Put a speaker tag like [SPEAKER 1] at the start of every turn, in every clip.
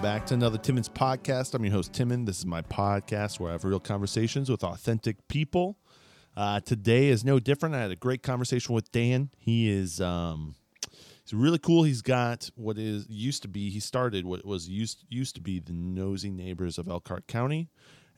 [SPEAKER 1] back to another Timmons podcast. I'm your host, Timmon. This is my podcast where I have real conversations with authentic people. Uh, today is no different. I had a great conversation with Dan. He is um, he's really cool. He's got what is used to be. He started what was used used to be the nosy neighbors of Elkhart County,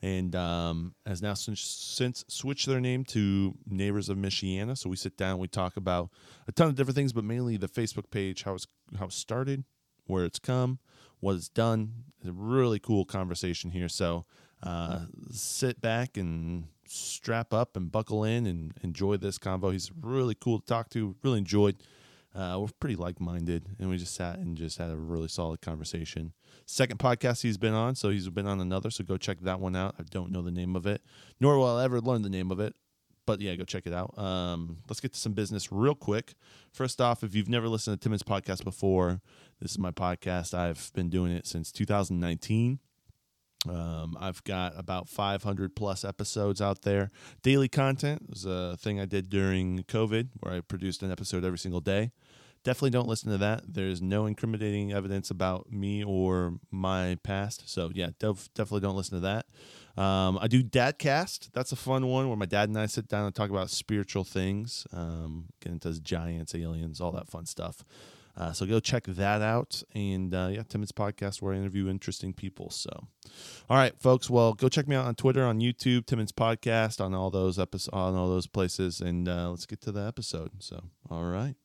[SPEAKER 1] and um, has now since, since switched their name to Neighbors of Michiana. So we sit down, we talk about a ton of different things, but mainly the Facebook page, how it's how it started, where it's come, what it's done. It's a really cool conversation here. So uh, sit back and strap up and buckle in and enjoy this convo. He's really cool to talk to. Really enjoyed. Uh, we're pretty like-minded, and we just sat and just had a really solid conversation. Second podcast he's been on, so he's been on another. So go check that one out. I don't know the name of it, nor will I ever learn the name of it but yeah, go check it out. Um, let's get to some business real quick. First off, if you've never listened to Timmons podcast before, this is my podcast. I've been doing it since 2019. Um, I've got about 500 plus episodes out there. Daily content was a thing I did during COVID where I produced an episode every single day. Definitely don't listen to that. There's no incriminating evidence about me or my past. So, yeah, def- definitely don't listen to that. Um, I do Dadcast. That's a fun one where my dad and I sit down and talk about spiritual things, um, get into giants, aliens, all that fun stuff. Uh, so go check that out. And uh, yeah, Timmons Podcast, where I interview interesting people. So, all right, folks. Well, go check me out on Twitter, on YouTube, Timmons Podcast, on all those episodes, on all those places. And uh, let's get to the episode. So, all right,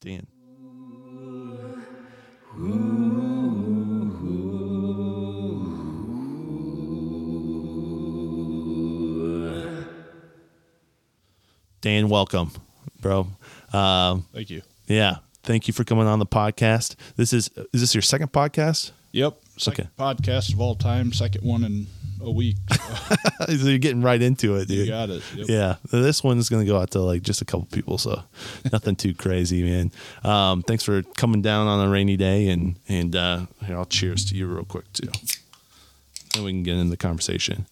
[SPEAKER 1] Dan. Dan, welcome, bro. Um,
[SPEAKER 2] Thank you.
[SPEAKER 1] yeah, thank you for coming on the podcast. This is is this your second podcast?
[SPEAKER 2] Yep. Second
[SPEAKER 1] Okay.
[SPEAKER 2] podcast of all time, second one in a week.
[SPEAKER 1] so you're getting right into it,
[SPEAKER 2] you
[SPEAKER 1] dude.
[SPEAKER 2] got it. Yep.
[SPEAKER 1] Yeah, this one's gonna go out to like just a couple people, so nothing too crazy, man. Um, thanks for coming down on a rainy day, and and uh, here, I'll cheers to you real quick too. Then we can get into the conversation.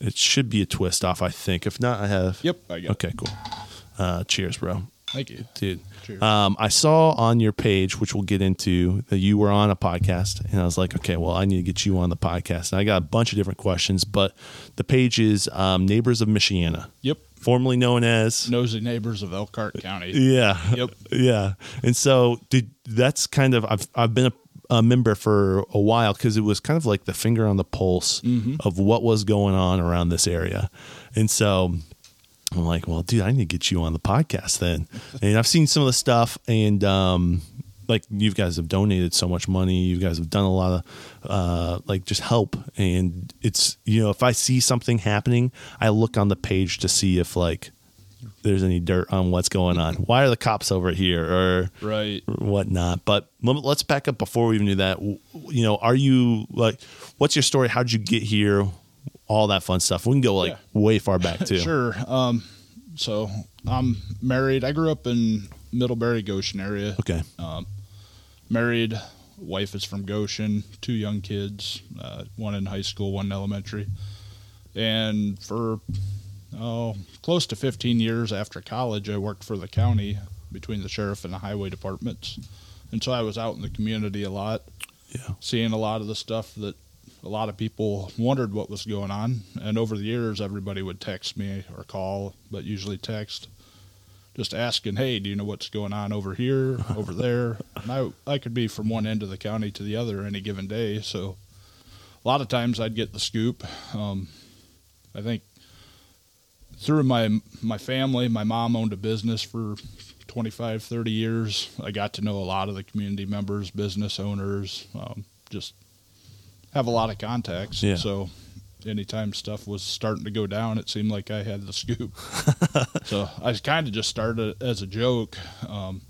[SPEAKER 1] It should be a twist off, I think. If not, I have.
[SPEAKER 2] Yep, I got it.
[SPEAKER 1] Okay, cool. Uh, cheers, bro
[SPEAKER 2] Thank you.
[SPEAKER 1] dude.
[SPEAKER 2] Cheers.
[SPEAKER 1] Um, I saw on your page, which we'll get into, that you were on a podcast, and I was like, okay, well, I need to get you on the podcast. And I got a bunch of different questions, but the page is um, Neighbors of Michiana,
[SPEAKER 2] Yep.
[SPEAKER 1] formerly known as.
[SPEAKER 2] Nosy neighbors of Elkhart County.
[SPEAKER 1] Yeah.
[SPEAKER 2] Yep.
[SPEAKER 1] Yeah. And so, dude, that's kind of I've I've been a, a member for a while because it was kind of like the finger on the pulse
[SPEAKER 2] Mm-hmm.
[SPEAKER 1] of what was going on around this area, and so. I'm like, well, dude, I need to get you on the podcast then. And I've seen some of the stuff, and um, like you guys have donated so much money, you guys have done a lot of uh, like just help. And it's you know, if I see something happening, I look on the page to see if like there's any dirt on what's going on. Why are the cops over here or
[SPEAKER 2] Right.
[SPEAKER 1] whatnot? But let- let's back up before we even do that. W- You know, are you like, what's your story? How'd you get here? All that fun stuff. We can go like
[SPEAKER 2] Yeah.
[SPEAKER 1] way far back too.
[SPEAKER 2] Sure. Um, so I'm married. I grew up in Middlebury, Goshen area.
[SPEAKER 1] Okay.
[SPEAKER 2] Married. Wife is from Goshen. Two young kids. Uh, one in high school, one in elementary. And for oh, close to 15 years after college, I worked for the county between the sheriff and the highway departments. And so I was out in the community a lot.
[SPEAKER 1] Yeah.
[SPEAKER 2] seeing a lot of the stuff that a lot of people wondered what was going on. And over the years, everybody would text me or call, but usually text, just asking, "Hey, do you know what's going on over here, over there?" And I I could be from one end of the county to the other any given day, so a lot of times I'd get the scoop. Um, I think through my my family, my mom owned a business for 25, 30 years. I got to know a lot of the community members, business owners, um, just have a lot of contacts.
[SPEAKER 1] Yeah.
[SPEAKER 2] So anytime stuff was starting to go down, it seemed like I had the scoop. so I kind of just started as a joke. Um,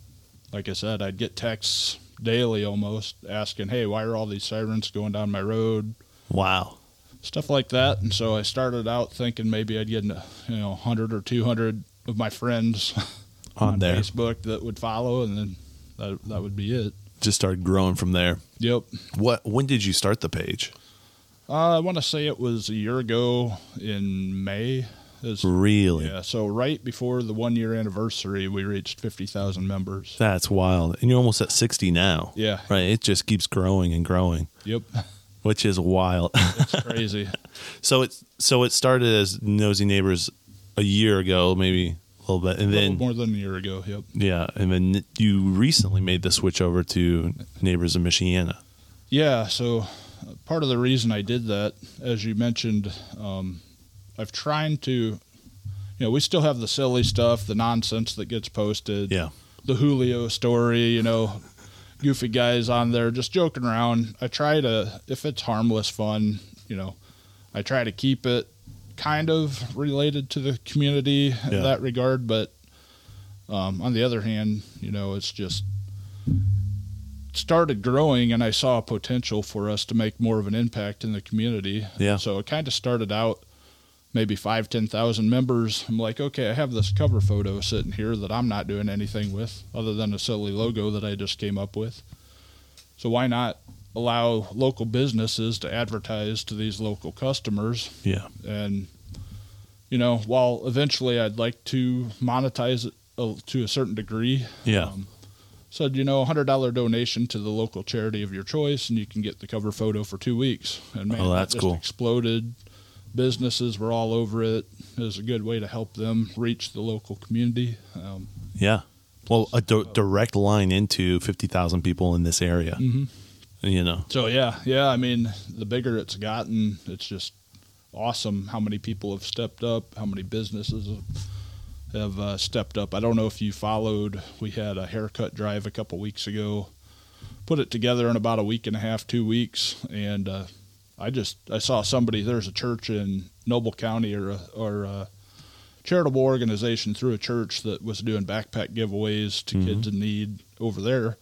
[SPEAKER 2] like I said, I'd get texts daily almost asking, hey, why are all these sirens going down my road?
[SPEAKER 1] Wow.
[SPEAKER 2] stuff like that. And so I started out thinking maybe I'd get into, you know 100 or 200 of my friends
[SPEAKER 1] On, there.
[SPEAKER 2] Facebook that would follow, and then that that would be it.
[SPEAKER 1] Just started growing from there.
[SPEAKER 2] Yep.
[SPEAKER 1] What, when did you start the page?
[SPEAKER 2] Uh, I want to say it was a year ago in May. It's-
[SPEAKER 1] Really?
[SPEAKER 2] yeah. So right before the one year anniversary, we reached fifty thousand members.
[SPEAKER 1] That's wild. And you're almost at 60 now.
[SPEAKER 2] Yeah.
[SPEAKER 1] Right. It just keeps growing and growing,
[SPEAKER 2] Yep.
[SPEAKER 1] which is wild.
[SPEAKER 2] It's crazy.
[SPEAKER 1] so it's so it started as Nosy Neighbors a year ago, maybe a little bit. And then
[SPEAKER 2] Then, more than a year ago. Yep.
[SPEAKER 1] yeah, and then you recently made the switch over to Neighbors of Michiana.
[SPEAKER 2] Yeah, so uh, part of the reason I did that, as you mentioned, um, I've tried to, you know, we still have the silly stuff, the nonsense that gets posted,
[SPEAKER 1] Yeah.
[SPEAKER 2] the Julio story, you know, goofy guys on there just joking around. I try to, if it's harmless fun, you know, I try to keep it kind of related to the community
[SPEAKER 1] Yeah.
[SPEAKER 2] in that regard. But um, on the other hand, you know, it's just started growing and I saw a potential for us to make more of an impact in the community.
[SPEAKER 1] Yeah.
[SPEAKER 2] So it kind of started out maybe five, 10,000 members. I'm like, okay, I have this cover photo sitting here that I'm not doing anything with other than a silly logo that I just came up with. So why not allow local businesses to advertise to these local customers
[SPEAKER 1] Yeah.
[SPEAKER 2] and you know while eventually i'd like to monetize it uh, to a certain degree
[SPEAKER 1] Yeah.
[SPEAKER 2] Um, said you know a hundred dollar donation to the local charity of your choice and you can get the cover photo for two weeks and man
[SPEAKER 1] Oh,
[SPEAKER 2] it
[SPEAKER 1] that's
[SPEAKER 2] just
[SPEAKER 1] cool.
[SPEAKER 2] exploded businesses were all over it it was a good way to help them reach the local community um,
[SPEAKER 1] Yeah. Well, a d- direct line into 50,000 people in this area. You know.
[SPEAKER 2] so yeah yeah i mean the bigger it's gotten it's just awesome how many people have stepped up how many businesses have have uh, stepped up. I don't know if you followed. We had a haircut drive a couple weeks ago. Put it together in about a week and a half, two weeks, and uh, I just I saw somebody. There's a church in Noble County or a, or a charitable organization through a church that was doing backpack giveaways to kids in need over there.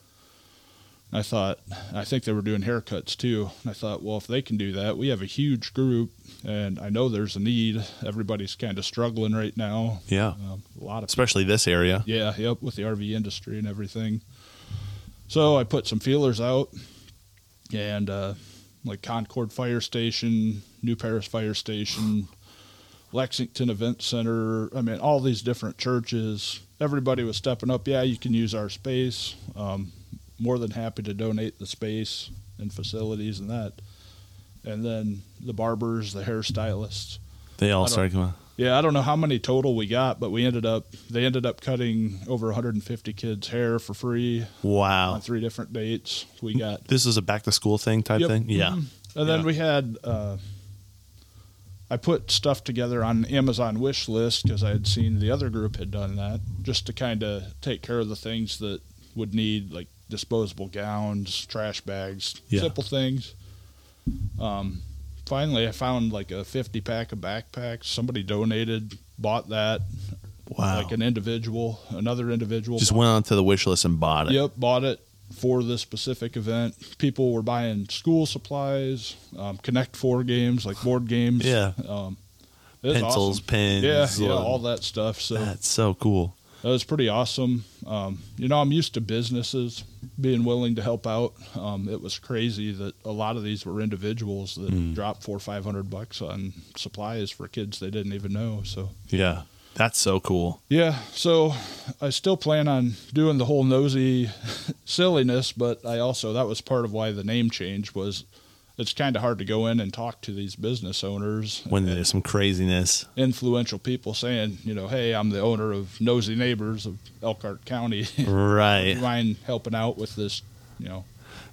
[SPEAKER 2] I thought I think they were doing haircuts too. And I thought, well, if they can do that, we have a huge group, and I know there's a need. Everybody's kind of struggling right now.
[SPEAKER 1] Yeah.
[SPEAKER 2] Um, a lot of
[SPEAKER 1] Especially this area.
[SPEAKER 2] yeah, yep, with the RV industry and everything. So I put some feelers out, and uh, like Concord Fire Station, New Paris Fire Station, Lexington Event Center. I mean, all these different churches. Everybody was stepping up. Yeah, you can use our space. Um, more than happy to donate the space and facilities and that. And then the barbers, the hairstylists.
[SPEAKER 1] They all
[SPEAKER 2] don't-
[SPEAKER 1] started coming.
[SPEAKER 2] Yeah, I don't know how many total we got, but we ended up they ended up cutting over 150 kids' hair for free
[SPEAKER 1] Wow.
[SPEAKER 2] on three different dates. We got
[SPEAKER 1] This is a back to school thing type
[SPEAKER 2] Yep.
[SPEAKER 1] thing. Yeah.
[SPEAKER 2] Mhm. and then
[SPEAKER 1] Yeah.
[SPEAKER 2] we had uh, I put stuff together on Amazon wish list because I had seen the other group had done that just to kind of take care of the things that would need like disposable gowns, trash bags,
[SPEAKER 1] Yeah.
[SPEAKER 2] simple things. Um, finally, I found like a 50 pack of backpacks. Somebody donated, bought that
[SPEAKER 1] Wow.
[SPEAKER 2] like an individual, another individual.
[SPEAKER 1] Just went onto the wish list and bought it.
[SPEAKER 2] Yep, bought it for this specific event. People were buying school supplies, um, Connect Four games, like board games.
[SPEAKER 1] Yeah.
[SPEAKER 2] Um, it was
[SPEAKER 1] Pencils,
[SPEAKER 2] awesome.
[SPEAKER 1] pens.
[SPEAKER 2] Yeah, yeah,
[SPEAKER 1] uh,
[SPEAKER 2] all that stuff. So that
[SPEAKER 1] That's so cool.
[SPEAKER 2] was pretty awesome. Um, you know, I'm used to businesses being willing to help out. Um, it was crazy that a lot of these were individuals that
[SPEAKER 1] Hmm.
[SPEAKER 2] dropped four or five hundred bucks on supplies for kids they didn't even know. So
[SPEAKER 1] Yeah. That's so cool.
[SPEAKER 2] yeah, so I still plan on doing the whole nosy silliness, but I also that was part of why the name change was it's kind of hard to go in and talk to these business owners,
[SPEAKER 1] When there's some craziness.
[SPEAKER 2] influential people saying, you know, hey, I'm the owner of Nosy Neighbors of Elkhart County.
[SPEAKER 1] Right.
[SPEAKER 2] You mind helping out with this, you know,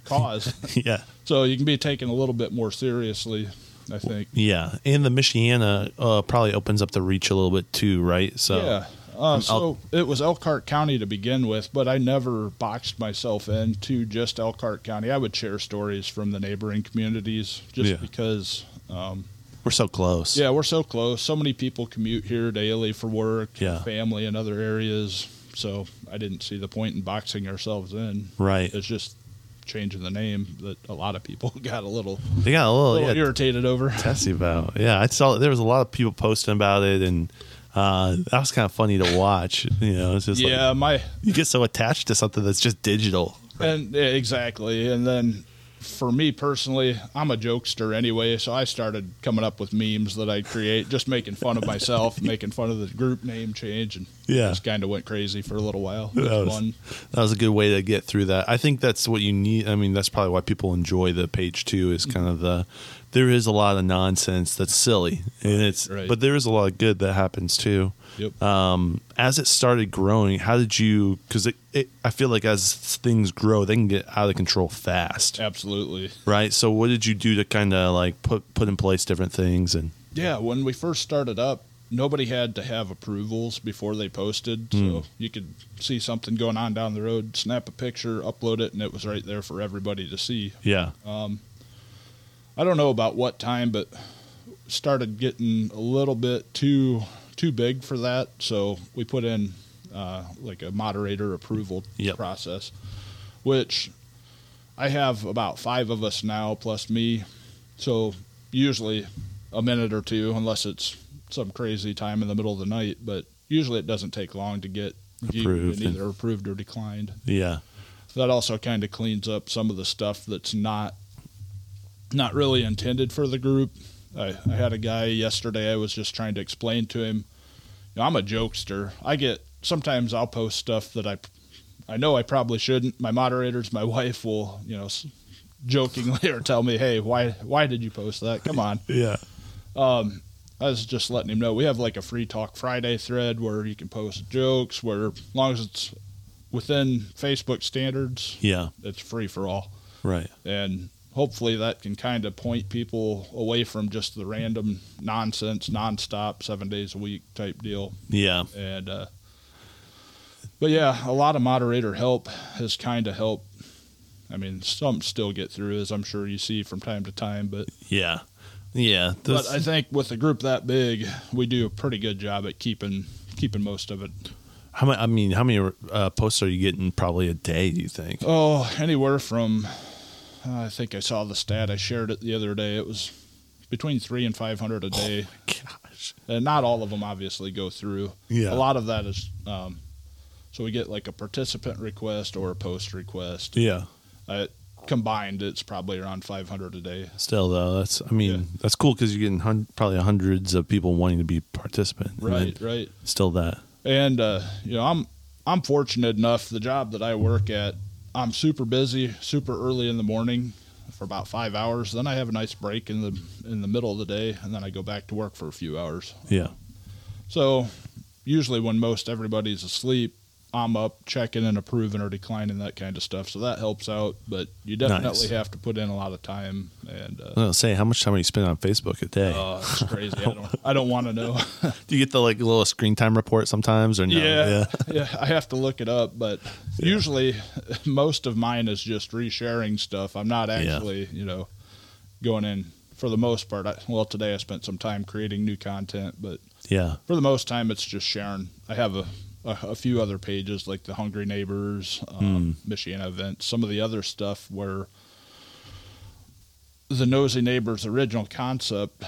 [SPEAKER 2] cause?
[SPEAKER 1] yeah.
[SPEAKER 2] so you can be taken a little bit more seriously, I think.
[SPEAKER 1] Yeah. And the Michiana uh, probably opens up the reach a little bit too, right? So
[SPEAKER 2] Yeah. Uh, so
[SPEAKER 1] Elk-
[SPEAKER 2] it was Elkhart County to begin with, but I never boxed myself into just Elkhart County. I would share stories from the neighboring communities just
[SPEAKER 1] Yeah.
[SPEAKER 2] because, um,
[SPEAKER 1] we're so close.
[SPEAKER 2] yeah, we're so close. So many people commute here daily for work,
[SPEAKER 1] Yeah.
[SPEAKER 2] family, and other areas. So I didn't see the point in boxing ourselves in.
[SPEAKER 1] Right.
[SPEAKER 2] It's just changing the name that a lot of people got a little,
[SPEAKER 1] They got a little,
[SPEAKER 2] little
[SPEAKER 1] yeah,
[SPEAKER 2] irritated over.
[SPEAKER 1] testy about. Yeah, I saw there was a lot of people posting about it, and uh, that was kind of funny to watch. You know, it's just
[SPEAKER 2] Yeah,
[SPEAKER 1] like
[SPEAKER 2] my
[SPEAKER 1] you get so attached to something that's just digital.
[SPEAKER 2] And yeah, exactly, and then for me personally, I'm a jokester anyway, so I started coming up with memes that I create, just making fun of myself, making fun of the group name change, and
[SPEAKER 1] Yeah.
[SPEAKER 2] just kind of went crazy for a little while. It
[SPEAKER 1] That
[SPEAKER 2] was
[SPEAKER 1] was,
[SPEAKER 2] fun.
[SPEAKER 1] that was a good way to get through that. I think that's what you need. I mean, that's probably why people enjoy the page two is kind of the there is a lot of nonsense that's silly, and it's
[SPEAKER 2] Right.
[SPEAKER 1] but there is a lot of good that happens too.
[SPEAKER 2] Yep.
[SPEAKER 1] Um, as it started growing, how did you? Because it, it, I feel like as things grow, they can get out of control fast,
[SPEAKER 2] Absolutely.
[SPEAKER 1] right? So, what did you do to kind of like put put in place different things and
[SPEAKER 2] Yeah, when we first started up, nobody had to have approvals before they posted. So you could see something going on down the road, snap a picture, upload it, and it was right there for everybody to see.
[SPEAKER 1] yeah,
[SPEAKER 2] I don't know about what time, but started getting a little bit too too big for that. So we put in uh, like a moderator approval
[SPEAKER 1] Yep.
[SPEAKER 2] process, which I have about five of us now plus me. So usually a minute or two, unless it's some crazy time in the middle of the night. But usually it doesn't take long to get viewed
[SPEAKER 1] Approved
[SPEAKER 2] and
[SPEAKER 1] and-
[SPEAKER 2] either approved or declined
[SPEAKER 1] yeah,
[SPEAKER 2] that also kind of cleans up some of the stuff that's not not really intended for the group. I, I had a guy yesterday I was just trying to explain to him. You know, I'm a jokester. I get sometimes I'll post stuff that I I know I probably shouldn't. My moderators, my wife will, you know, s- jokingly or tell me, "Hey, why why did you post that? Come on."
[SPEAKER 1] yeah,
[SPEAKER 2] I was just letting him know we have like a free talk Friday thread where you can post jokes where as long as it's within Facebook standards,
[SPEAKER 1] yeah,
[SPEAKER 2] it's free for all
[SPEAKER 1] right,
[SPEAKER 2] and hopefully that can kind of point people away from just the random nonsense nonstop seven days a week type deal
[SPEAKER 1] yeah,
[SPEAKER 2] and uh but yeah a lot of moderator help has kind of helped i mean some still get through as i'm sure you see from time to time but
[SPEAKER 1] yeah, yeah.
[SPEAKER 2] but
[SPEAKER 1] Those-
[SPEAKER 2] i think with a group that big we do a pretty good job at keeping keeping most of it
[SPEAKER 1] How many? I mean, how many uh, posts are you getting probably a day? Do you think?
[SPEAKER 2] Oh, anywhere from I think I saw the stat I shared it the other day. It was between three and five hundred a day,
[SPEAKER 1] Gosh.
[SPEAKER 2] and Uh, not all of them obviously go through.
[SPEAKER 1] Yeah.
[SPEAKER 2] a lot of that is. Um, so we get like a participant request or a post request.
[SPEAKER 1] Yeah.
[SPEAKER 2] Uh, combined, it's probably around five hundred a day.
[SPEAKER 1] Still though, that's I mean
[SPEAKER 2] Yeah.
[SPEAKER 1] that's cool because you're getting hun- probably hundreds of people wanting to be participant. and
[SPEAKER 2] Right,
[SPEAKER 1] then
[SPEAKER 2] right.
[SPEAKER 1] Still that.
[SPEAKER 2] and uh, you know i'm i'm fortunate enough the job that i work at i'm super busy super early in the morning for about five hours then i have a nice break in the in the middle of the day and then i go back to work for a few hours
[SPEAKER 1] Yeah.
[SPEAKER 2] so usually when most everybody's asleep i'm up checking and approving or declining that kind of stuff so that helps out but you definitely
[SPEAKER 1] Nice.
[SPEAKER 2] have to put in a lot of time and uh,
[SPEAKER 1] I'll say how much time are you spending on Facebook a day?
[SPEAKER 2] uh, it's crazy i don't i don't want to know
[SPEAKER 1] Do you get the like little screen time report sometimes or no?
[SPEAKER 2] Yeah, yeah. I have to look it up, but usually most of mine is just resharing stuff. I'm not actually, you know, going in for the most part. I, well, today I spent some time creating new content, but
[SPEAKER 1] Yeah.
[SPEAKER 2] for the most time, it's just sharing. I have a a, a few other pages like the Hungry Neighbors, um,
[SPEAKER 1] Hmm.
[SPEAKER 2] Michiana events, some of the other stuff where the Nosy Neighbors original concept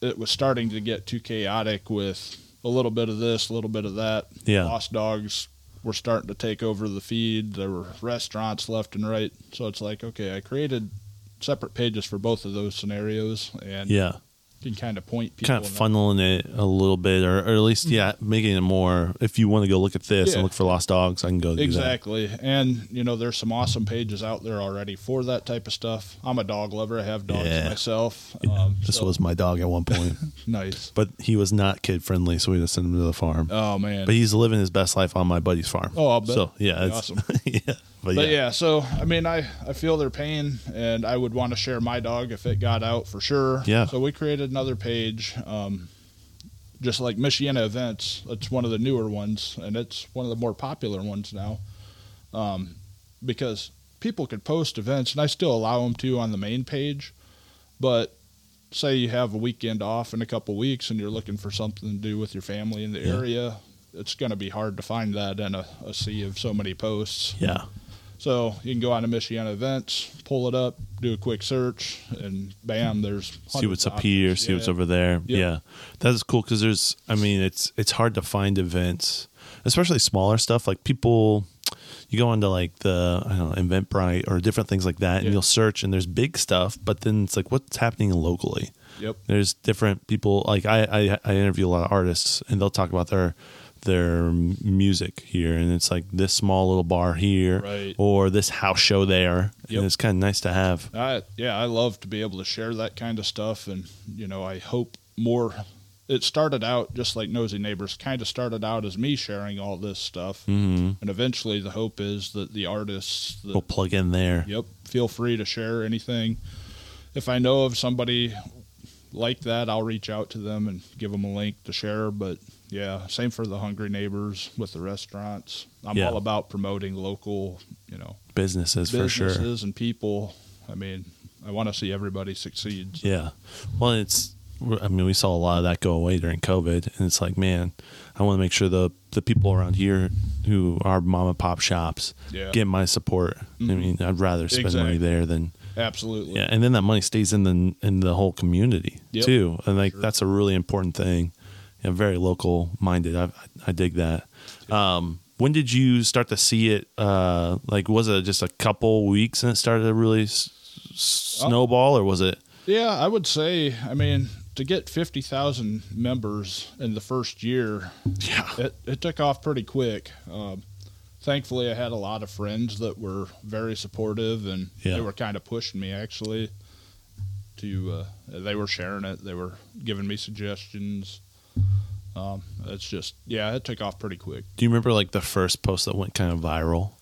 [SPEAKER 2] it was starting to get too chaotic with a little bit of this, a little bit of that.
[SPEAKER 1] Yeah.
[SPEAKER 2] Lost dogs were starting to take over the feed. There were restaurants left and right. So it's like, okay, I created separate pages for both of those scenarios and
[SPEAKER 1] Yeah.
[SPEAKER 2] can kind of point people
[SPEAKER 1] Kind of
[SPEAKER 2] in that
[SPEAKER 1] funneling it a little bit, or, or at least yeah, making it more. If you want to go look at this
[SPEAKER 2] Yeah.
[SPEAKER 1] and look for lost dogs, I can go do that.
[SPEAKER 2] Exactly. And, you know, there's some awesome pages out there already for that type of stuff. I'm a dog lover. I have dogs
[SPEAKER 1] Yeah.
[SPEAKER 2] myself. Um,
[SPEAKER 1] This
[SPEAKER 2] so-
[SPEAKER 1] was my dog at one point,
[SPEAKER 2] nice.
[SPEAKER 1] but he was not kid friendly, so we had to send him to the farm.
[SPEAKER 2] Oh, man.
[SPEAKER 1] But he's living his best life on my buddy's farm.
[SPEAKER 2] Oh, I'll bet.
[SPEAKER 1] So yeah,
[SPEAKER 2] Be
[SPEAKER 1] it's,
[SPEAKER 2] awesome.
[SPEAKER 1] yeah, but,
[SPEAKER 2] but
[SPEAKER 1] yeah,
[SPEAKER 2] yeah. so, I mean, I, I feel their pain and I would want to share my dog if it got out for sure.
[SPEAKER 1] Yeah.
[SPEAKER 2] So we created another page. Um, just like Michiana Events, it's one of the newer ones and it's one of the more popular ones now. Um, because people could post events and I still allow them to on the main page, but say you have a weekend off in a couple weeks and you're looking for something to do with your family in the
[SPEAKER 1] Yeah.
[SPEAKER 2] area, it's going to be hard to find that in a, a sea of so many posts.
[SPEAKER 1] yeah,
[SPEAKER 2] So you can go on to Michiana Events, pull it up, do a quick search, and bam, there's
[SPEAKER 1] See what's
[SPEAKER 2] hundreds of
[SPEAKER 1] up here,
[SPEAKER 2] options.
[SPEAKER 1] see what's
[SPEAKER 2] Yeah.
[SPEAKER 1] over there. Yeah, that is cool because there's. I mean, it's it's hard to find events, especially smaller stuff. Like people, you go onto like the I don't know, Eventbrite or different things like that,
[SPEAKER 2] Yeah.
[SPEAKER 1] and you'll search, and there's big stuff, but then it's like what's happening locally.
[SPEAKER 2] Yep.
[SPEAKER 1] There's different people. Like I, I, I interview a lot of artists, and they'll talk about their their m- music here, and it's like this small little bar here,
[SPEAKER 2] Right.
[SPEAKER 1] or this house show there,
[SPEAKER 2] Yep.
[SPEAKER 1] and it's kind of nice to have.
[SPEAKER 2] I yeah, I love to be able to share that kind of stuff, and you know, I hope more. It started out just like Nosy Neighbors, kind of started out as me sharing all this stuff,
[SPEAKER 1] Mm-hmm.
[SPEAKER 2] and eventually the hope is that the artists that
[SPEAKER 1] We'll plug in there.
[SPEAKER 2] Yep. Feel free to share anything. If I know of somebody like that, I'll reach out to them and give them a link to share. But yeah, same for the hungry neighbors with the restaurants. I'm
[SPEAKER 1] Yeah.
[SPEAKER 2] all about promoting local, you know,
[SPEAKER 1] Businesses for sure.
[SPEAKER 2] businesses and people. I mean, I want to see everybody succeed.
[SPEAKER 1] Yeah. Well, it's, I mean, we saw a lot of that go away during COVID. And it's like, man, I want to make sure the, the people around here who are mom and pop shops
[SPEAKER 2] Yeah.
[SPEAKER 1] get my support. I
[SPEAKER 2] Mhm.
[SPEAKER 1] mean, I'd rather spend money
[SPEAKER 2] Exactly.
[SPEAKER 1] there than,
[SPEAKER 2] Absolutely.
[SPEAKER 1] yeah. And then that money stays in the, in the whole community
[SPEAKER 2] Yep.
[SPEAKER 1] too. And like,
[SPEAKER 2] Sure.
[SPEAKER 1] that's a really important thing. Yeah, very local minded. I, I dig that. Um, when did you start to see it? Uh, like, was it just a couple weeks and it started to really s- s-
[SPEAKER 2] Oh.
[SPEAKER 1] snowball, or was it?
[SPEAKER 2] Yeah, I would say, I mean, to get 50,000 members in the first year,
[SPEAKER 1] Yeah.
[SPEAKER 2] it, it took off pretty quick. Um, thankfully, I had a lot of friends that were very supportive and
[SPEAKER 1] Yeah.
[SPEAKER 2] they were kind of pushing me actually to, uh, they were sharing it, they were giving me suggestions. Um, it's just, yeah, it took off pretty quick.
[SPEAKER 1] Do you remember like the first post that went kind of viral?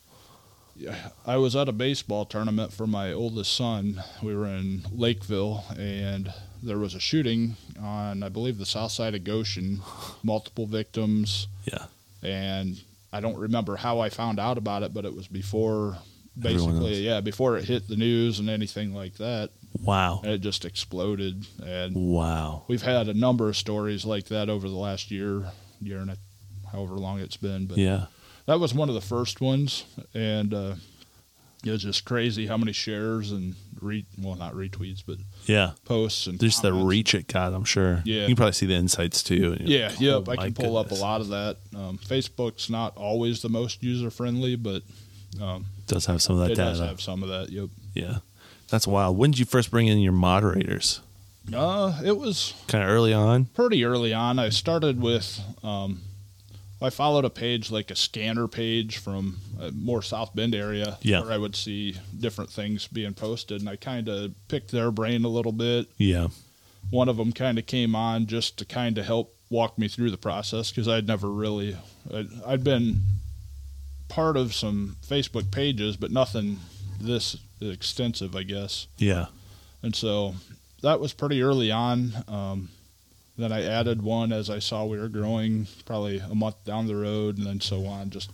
[SPEAKER 2] Yeah, I was at a baseball tournament for my oldest son. We were in Lakeville, and there was a shooting on, I believe, the south side of Goshen. Multiple victims,
[SPEAKER 1] Yeah.
[SPEAKER 2] and I don't remember how I found out about it, but it was before,
[SPEAKER 1] Everyone
[SPEAKER 2] basically, yeah, before it hit the news and anything like that.
[SPEAKER 1] Wow.
[SPEAKER 2] And it just exploded, and
[SPEAKER 1] Wow.
[SPEAKER 2] we've had a number of stories like that over the last year, year and a, however long it's been. But
[SPEAKER 1] Yeah.
[SPEAKER 2] that was one of the first ones, and uh, it was just crazy how many shares and re well, not retweets, but
[SPEAKER 1] Yeah.
[SPEAKER 2] posts and
[SPEAKER 1] Just the
[SPEAKER 2] comments.
[SPEAKER 1] reach it got, I'm sure.
[SPEAKER 2] Yeah.
[SPEAKER 1] You can probably see the insights too. and you're
[SPEAKER 2] Yeah,
[SPEAKER 1] like,
[SPEAKER 2] yep.
[SPEAKER 1] oh
[SPEAKER 2] I
[SPEAKER 1] my
[SPEAKER 2] can pull up
[SPEAKER 1] goodness.
[SPEAKER 2] a lot of that. Um, Facebook's not always the most user friendly, but um,
[SPEAKER 1] It does have some of that
[SPEAKER 2] it
[SPEAKER 1] data.
[SPEAKER 2] does have some of that. Yep.
[SPEAKER 1] yeah. That's wild. When did you first bring in your moderators?
[SPEAKER 2] Uh, it was
[SPEAKER 1] Kind of early on?
[SPEAKER 2] pretty early on. I started with, um, I followed a page like a scanner page from a more South Bend area
[SPEAKER 1] Yeah.
[SPEAKER 2] where I would see different things being posted, and I kind of picked their brain a little bit.
[SPEAKER 1] Yeah.
[SPEAKER 2] One of them kind of came on just to kind of help walk me through the process because I'd never really, I'd, I'd been part of some Facebook pages, but nothing this extensive, I guess.
[SPEAKER 1] Yeah.
[SPEAKER 2] And so that was pretty early on. Um, then I added one as I saw we were growing, probably a month down the road, and then so on. Just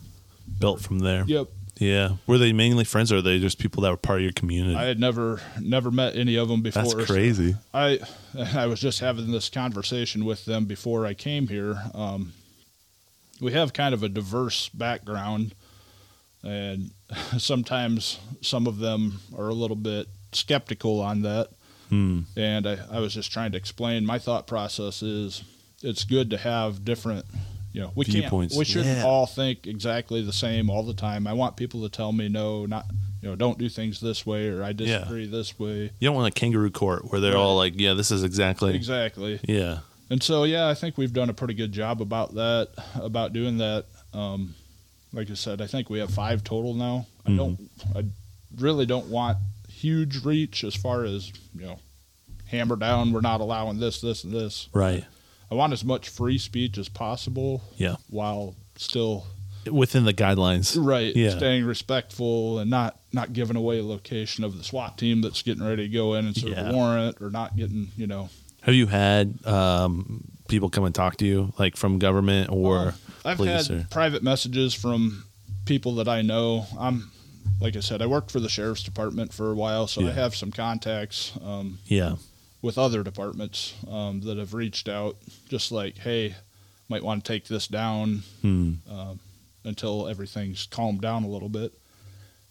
[SPEAKER 1] Built from there.
[SPEAKER 2] yep.
[SPEAKER 1] Yeah. Were they mainly friends or are they just people that were part of your community?
[SPEAKER 2] I had never never met any of them before.
[SPEAKER 1] That's
[SPEAKER 2] so
[SPEAKER 1] crazy.
[SPEAKER 2] I I was just having this conversation with them before I came here. Um, we have kind of a diverse background, and sometimes some of them are a little bit skeptical on that.
[SPEAKER 1] Hmm.
[SPEAKER 2] and I, I was just trying to explain my thought process is it's good to have different you know we
[SPEAKER 1] Viewpoints.
[SPEAKER 2] can't we shouldn't
[SPEAKER 1] Yeah.
[SPEAKER 2] all think exactly the same all the time i want people to tell me no not you know don't do things this way or i disagree this way
[SPEAKER 1] You don't want a kangaroo court where they're all like, yeah, this is exactly.
[SPEAKER 2] exactly
[SPEAKER 1] Yeah.
[SPEAKER 2] and so yeah i think we've done a pretty good job about that about doing that um like i said i think we have five total now i don't i really don't want huge reach as far as you know hammer down we're not allowing this this and this
[SPEAKER 1] Right.
[SPEAKER 2] I want as much free speech as possible
[SPEAKER 1] Yeah.
[SPEAKER 2] while still
[SPEAKER 1] Within the guidelines.
[SPEAKER 2] right
[SPEAKER 1] Yeah.
[SPEAKER 2] staying respectful and not not giving away location of the SWAT team that's getting ready to go in and serve
[SPEAKER 1] Yeah.
[SPEAKER 2] a warrant or not getting you know
[SPEAKER 1] Have you had um, people come and talk to you, like from government or
[SPEAKER 2] Uh, I've
[SPEAKER 1] police?
[SPEAKER 2] had
[SPEAKER 1] or,
[SPEAKER 2] private messages from people that I know I'm like I said I worked for the sheriff's department for a while so
[SPEAKER 1] Yeah.
[SPEAKER 2] I have some contacts um,
[SPEAKER 1] yeah,
[SPEAKER 2] with other departments um, that have reached out just like hey might want to take this down um,
[SPEAKER 1] hmm.
[SPEAKER 2] until everything's calmed down a little bit.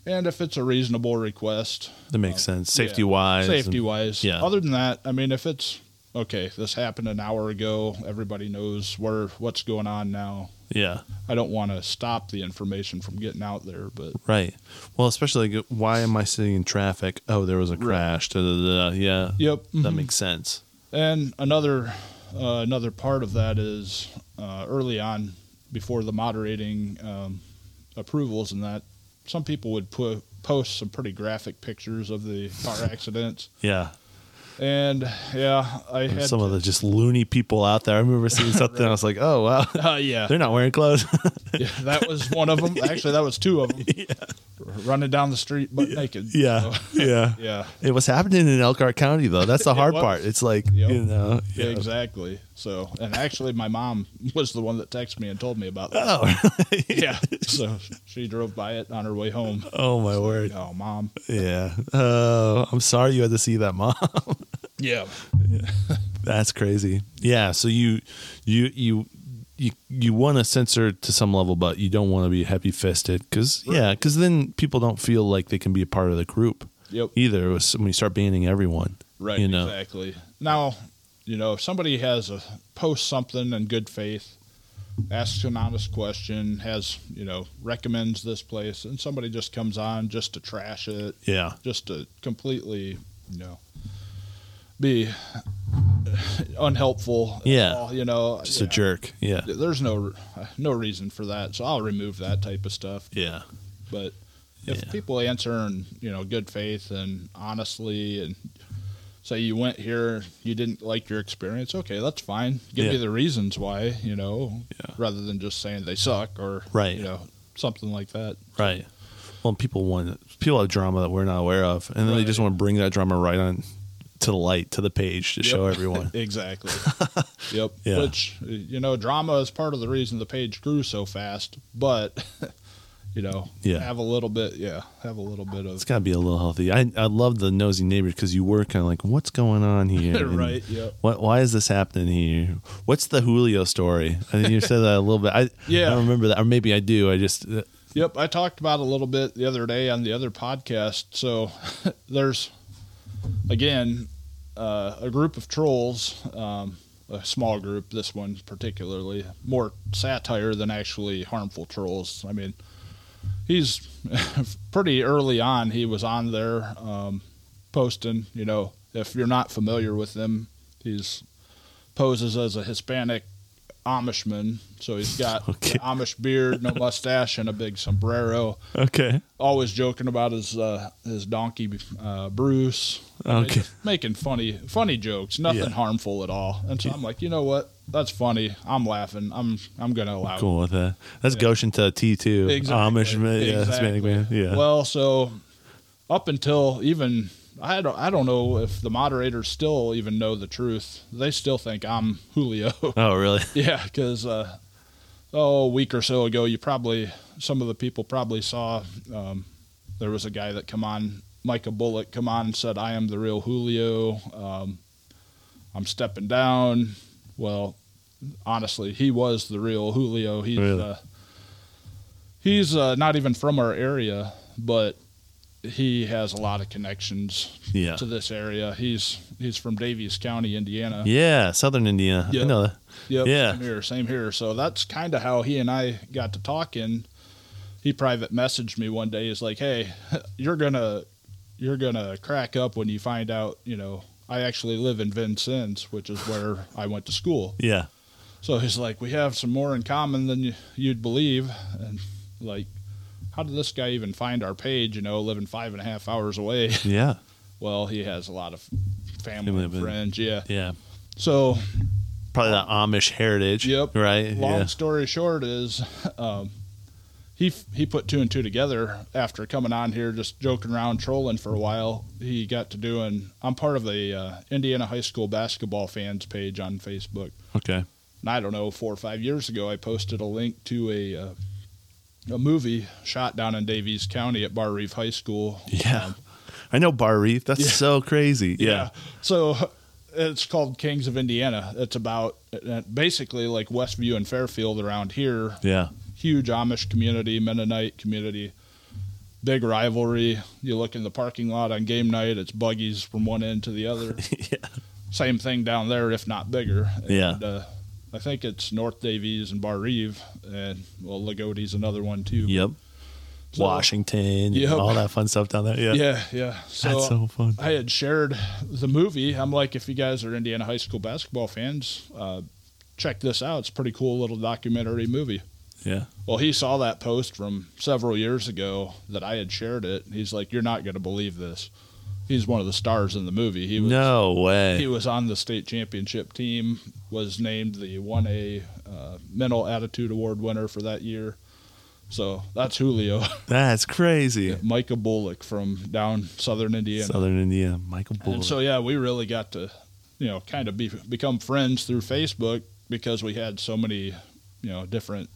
[SPEAKER 2] And if it's a reasonable request,
[SPEAKER 1] that makes sense. Safety wise,
[SPEAKER 2] safety wise.
[SPEAKER 1] yeah.
[SPEAKER 2] Other than that, I mean, if it's okay, this happened an hour ago. Everybody knows where what's going on now.
[SPEAKER 1] Yeah.
[SPEAKER 2] I don't want to stop the information from getting out there, but
[SPEAKER 1] Right. Well, especially like, why am I sitting in traffic? Oh, there was a crash. Da, da, da. Yeah.
[SPEAKER 2] yep. mm-hmm.
[SPEAKER 1] That makes sense.
[SPEAKER 2] And another uh, another part of that is uh, early on, before the moderating um, approvals and that, some people would put post some pretty graphic pictures of the car accidents.
[SPEAKER 1] Yeah.
[SPEAKER 2] And yeah, I
[SPEAKER 1] There's
[SPEAKER 2] had
[SPEAKER 1] some
[SPEAKER 2] to-
[SPEAKER 1] of the just loony people out there. I remember seeing something. I was like, oh, wow.
[SPEAKER 2] Uh, yeah.
[SPEAKER 1] They're not wearing clothes.
[SPEAKER 2] yeah, that was one of them. Actually, that was two of them. Running down the street butt naked.
[SPEAKER 1] yeah.
[SPEAKER 2] So,
[SPEAKER 1] Yeah.
[SPEAKER 2] yeah.
[SPEAKER 1] It was happening in Elkhart County, though. That's the
[SPEAKER 2] It
[SPEAKER 1] hard
[SPEAKER 2] was.
[SPEAKER 1] part. It's like,
[SPEAKER 2] Yep.
[SPEAKER 1] you know.
[SPEAKER 2] Yeah,
[SPEAKER 1] yeah.
[SPEAKER 2] exactly. So, and actually, my mom was the one that texted me and told me about that.
[SPEAKER 1] Oh,
[SPEAKER 2] yeah. So she drove by it on her way home.
[SPEAKER 1] oh my word.
[SPEAKER 2] Oh, mom.
[SPEAKER 1] Yeah. Oh, I'm sorry you had to see that, mom.
[SPEAKER 2] Yeah.
[SPEAKER 1] That's crazy. Yeah. So you, you, you, you, you want to censor to some level, but you don't want to be heavy fisted because yeah, because then people don't feel like they can be a part of the group
[SPEAKER 2] Yep.
[SPEAKER 1] either. Was when you start banning everyone,
[SPEAKER 2] Right.
[SPEAKER 1] You know,
[SPEAKER 2] Exactly. Now, you know, if somebody has a post something in good faith, asks an honest question, has you know recommends this place, and somebody just comes on just to trash it,
[SPEAKER 1] yeah,
[SPEAKER 2] just to completely you know be unhelpful. at
[SPEAKER 1] Yeah.
[SPEAKER 2] all, you know,
[SPEAKER 1] just
[SPEAKER 2] yeah.
[SPEAKER 1] a jerk, yeah,
[SPEAKER 2] There's no no reason for that, so I'll remove that type of stuff.
[SPEAKER 1] yeah,
[SPEAKER 2] But if
[SPEAKER 1] Yeah.
[SPEAKER 2] people answer in you know good faith and honestly, and say you went here, you didn't like your experience, okay, that's fine. Give me
[SPEAKER 1] Yeah.
[SPEAKER 2] the reasons why, you know,
[SPEAKER 1] Yeah.
[SPEAKER 2] rather than just saying they suck or
[SPEAKER 1] Right.
[SPEAKER 2] you know something like that.
[SPEAKER 1] right. Well, people want people have drama that we're not aware of, and then they
[SPEAKER 2] Right.
[SPEAKER 1] just want to bring that drama right on to the light, to the page, to show
[SPEAKER 2] Yep.
[SPEAKER 1] everyone.
[SPEAKER 2] exactly. yep.
[SPEAKER 1] Yeah.
[SPEAKER 2] Which you know, drama is part of the reason the page grew so fast, but. You know,
[SPEAKER 1] Yeah.
[SPEAKER 2] have a little bit, yeah, have a little bit of
[SPEAKER 1] It's got to be a little healthy. I I love the nosy neighbor because you were kind of like, what's going on here? And
[SPEAKER 2] right, yep.
[SPEAKER 1] What? Why is this happening here? What's the Julio story? I think you said that a little bit. I
[SPEAKER 2] Yeah.
[SPEAKER 1] I don't remember that, or maybe I do. I just uh,
[SPEAKER 2] Yep, I talked about it a little bit the other day on the other podcast. So there's again uh, a group of trolls, um, a small group. This one particularly more satire than actually harmful trolls. I mean, he's pretty early on. He was on there um, posting. You know, if you're not familiar with him, he's poses as a Hispanic Amishman. So he's got
[SPEAKER 1] Okay.
[SPEAKER 2] an Amish beard, no mustache, and a big sombrero.
[SPEAKER 1] okay.
[SPEAKER 2] Always joking about his uh, his donkey uh, Bruce. I mean,
[SPEAKER 1] Okay.
[SPEAKER 2] just making funny funny jokes, nothing
[SPEAKER 1] Yeah.
[SPEAKER 2] harmful at all. And so I'm like, you know what? That's funny. I'm laughing. I'm I'm gonna allow. it.
[SPEAKER 1] Cool with that. That's Goshen to T two
[SPEAKER 2] Exactly.
[SPEAKER 1] Amish man, yeah, Hispanic man.
[SPEAKER 2] Exactly.
[SPEAKER 1] Yeah.
[SPEAKER 2] Well, so up until even I don't I don't know if the moderators still even know the truth. They still think I'm Julio.
[SPEAKER 1] oh really?
[SPEAKER 2] yeah, because uh, oh, a week or so ago, you probably some of the people probably saw um, there was a guy that come on, Micah Bullock, come on and said, "I am the real Julio. Um, I'm stepping down." Well, honestly, he was the real Julio. He's
[SPEAKER 1] Really?
[SPEAKER 2] uh, he's uh, not even from our area, but he has a lot of connections
[SPEAKER 1] Yeah.
[SPEAKER 2] to this area. He's he's from Daviess County, Indiana.
[SPEAKER 1] Yeah. Southern Indiana.
[SPEAKER 2] Yeah.
[SPEAKER 1] I know that.
[SPEAKER 2] Yep,
[SPEAKER 1] Yeah.
[SPEAKER 2] Same here. Same here. So that's kind of how he and I got to talking. He private messaged me one day. He's like, "Hey, you're gonna, you're gonna crack up when you find out. You know, I actually live in Vincennes, which is where I went to school.
[SPEAKER 1] Yeah.
[SPEAKER 2] So he's like, we have some more in common than you, you'd believe. And like, how did this guy even find our page? You know, living five and a half hours away.
[SPEAKER 1] Yeah.
[SPEAKER 2] well, he has a lot of family
[SPEAKER 1] Family,
[SPEAKER 2] and
[SPEAKER 1] but-
[SPEAKER 2] friends. Yeah.
[SPEAKER 1] Yeah.
[SPEAKER 2] So
[SPEAKER 1] Probably that Amish heritage.
[SPEAKER 2] Yep.
[SPEAKER 1] Right.
[SPEAKER 2] long
[SPEAKER 1] yeah.
[SPEAKER 2] story short is um, he he put two and two together after coming on here just joking around trolling for a while he got to doing i'm part of the uh, indiana high school basketball fans page on facebook
[SPEAKER 1] Okay.
[SPEAKER 2] and i don't know four or five years ago i posted a link to a uh, a movie shot down in davies county at bar reef high school
[SPEAKER 1] Yeah. I know Bar Reef. That's
[SPEAKER 2] Yeah.
[SPEAKER 1] so crazy. yeah.
[SPEAKER 2] So it's called Kings of Indiana. It's about uh, basically like Westview and Fairfield around here.
[SPEAKER 1] Yeah.
[SPEAKER 2] Huge Amish community, Mennonite community, big rivalry. You look in the parking lot on game night, it's buggies from one end to the other.
[SPEAKER 1] yeah.
[SPEAKER 2] Same thing down there, if not bigger.
[SPEAKER 1] Yeah.
[SPEAKER 2] uh, I think it's North Davies and Bar Eve, and well, Lagodi's another one too.
[SPEAKER 1] Yep.
[SPEAKER 2] So-
[SPEAKER 1] Washington,
[SPEAKER 2] Yep.
[SPEAKER 1] and all that fun stuff down there. Yeah.
[SPEAKER 2] Yeah, yeah. So,
[SPEAKER 1] That's so fun.
[SPEAKER 2] I had shared the movie. I'm like, if you guys are Indiana high school basketball fans, uh, check this out. It's a pretty cool little documentary movie.
[SPEAKER 1] Yeah.
[SPEAKER 2] Well, he saw that post from several years ago that I had shared it. He's like, "You're not going to believe this." He's one of the stars in the movie. He was
[SPEAKER 1] No way.
[SPEAKER 2] he was on the state championship team. Was named the one A uh, Mental Attitude Award winner for that year. So that's Julio,
[SPEAKER 1] That's crazy.
[SPEAKER 2] Micah Bullock from down southern Indiana.
[SPEAKER 1] Southern India, Michael Bull.
[SPEAKER 2] And so yeah, we really got to, you know, kind of be, become friends through Facebook because we had so many, you know, different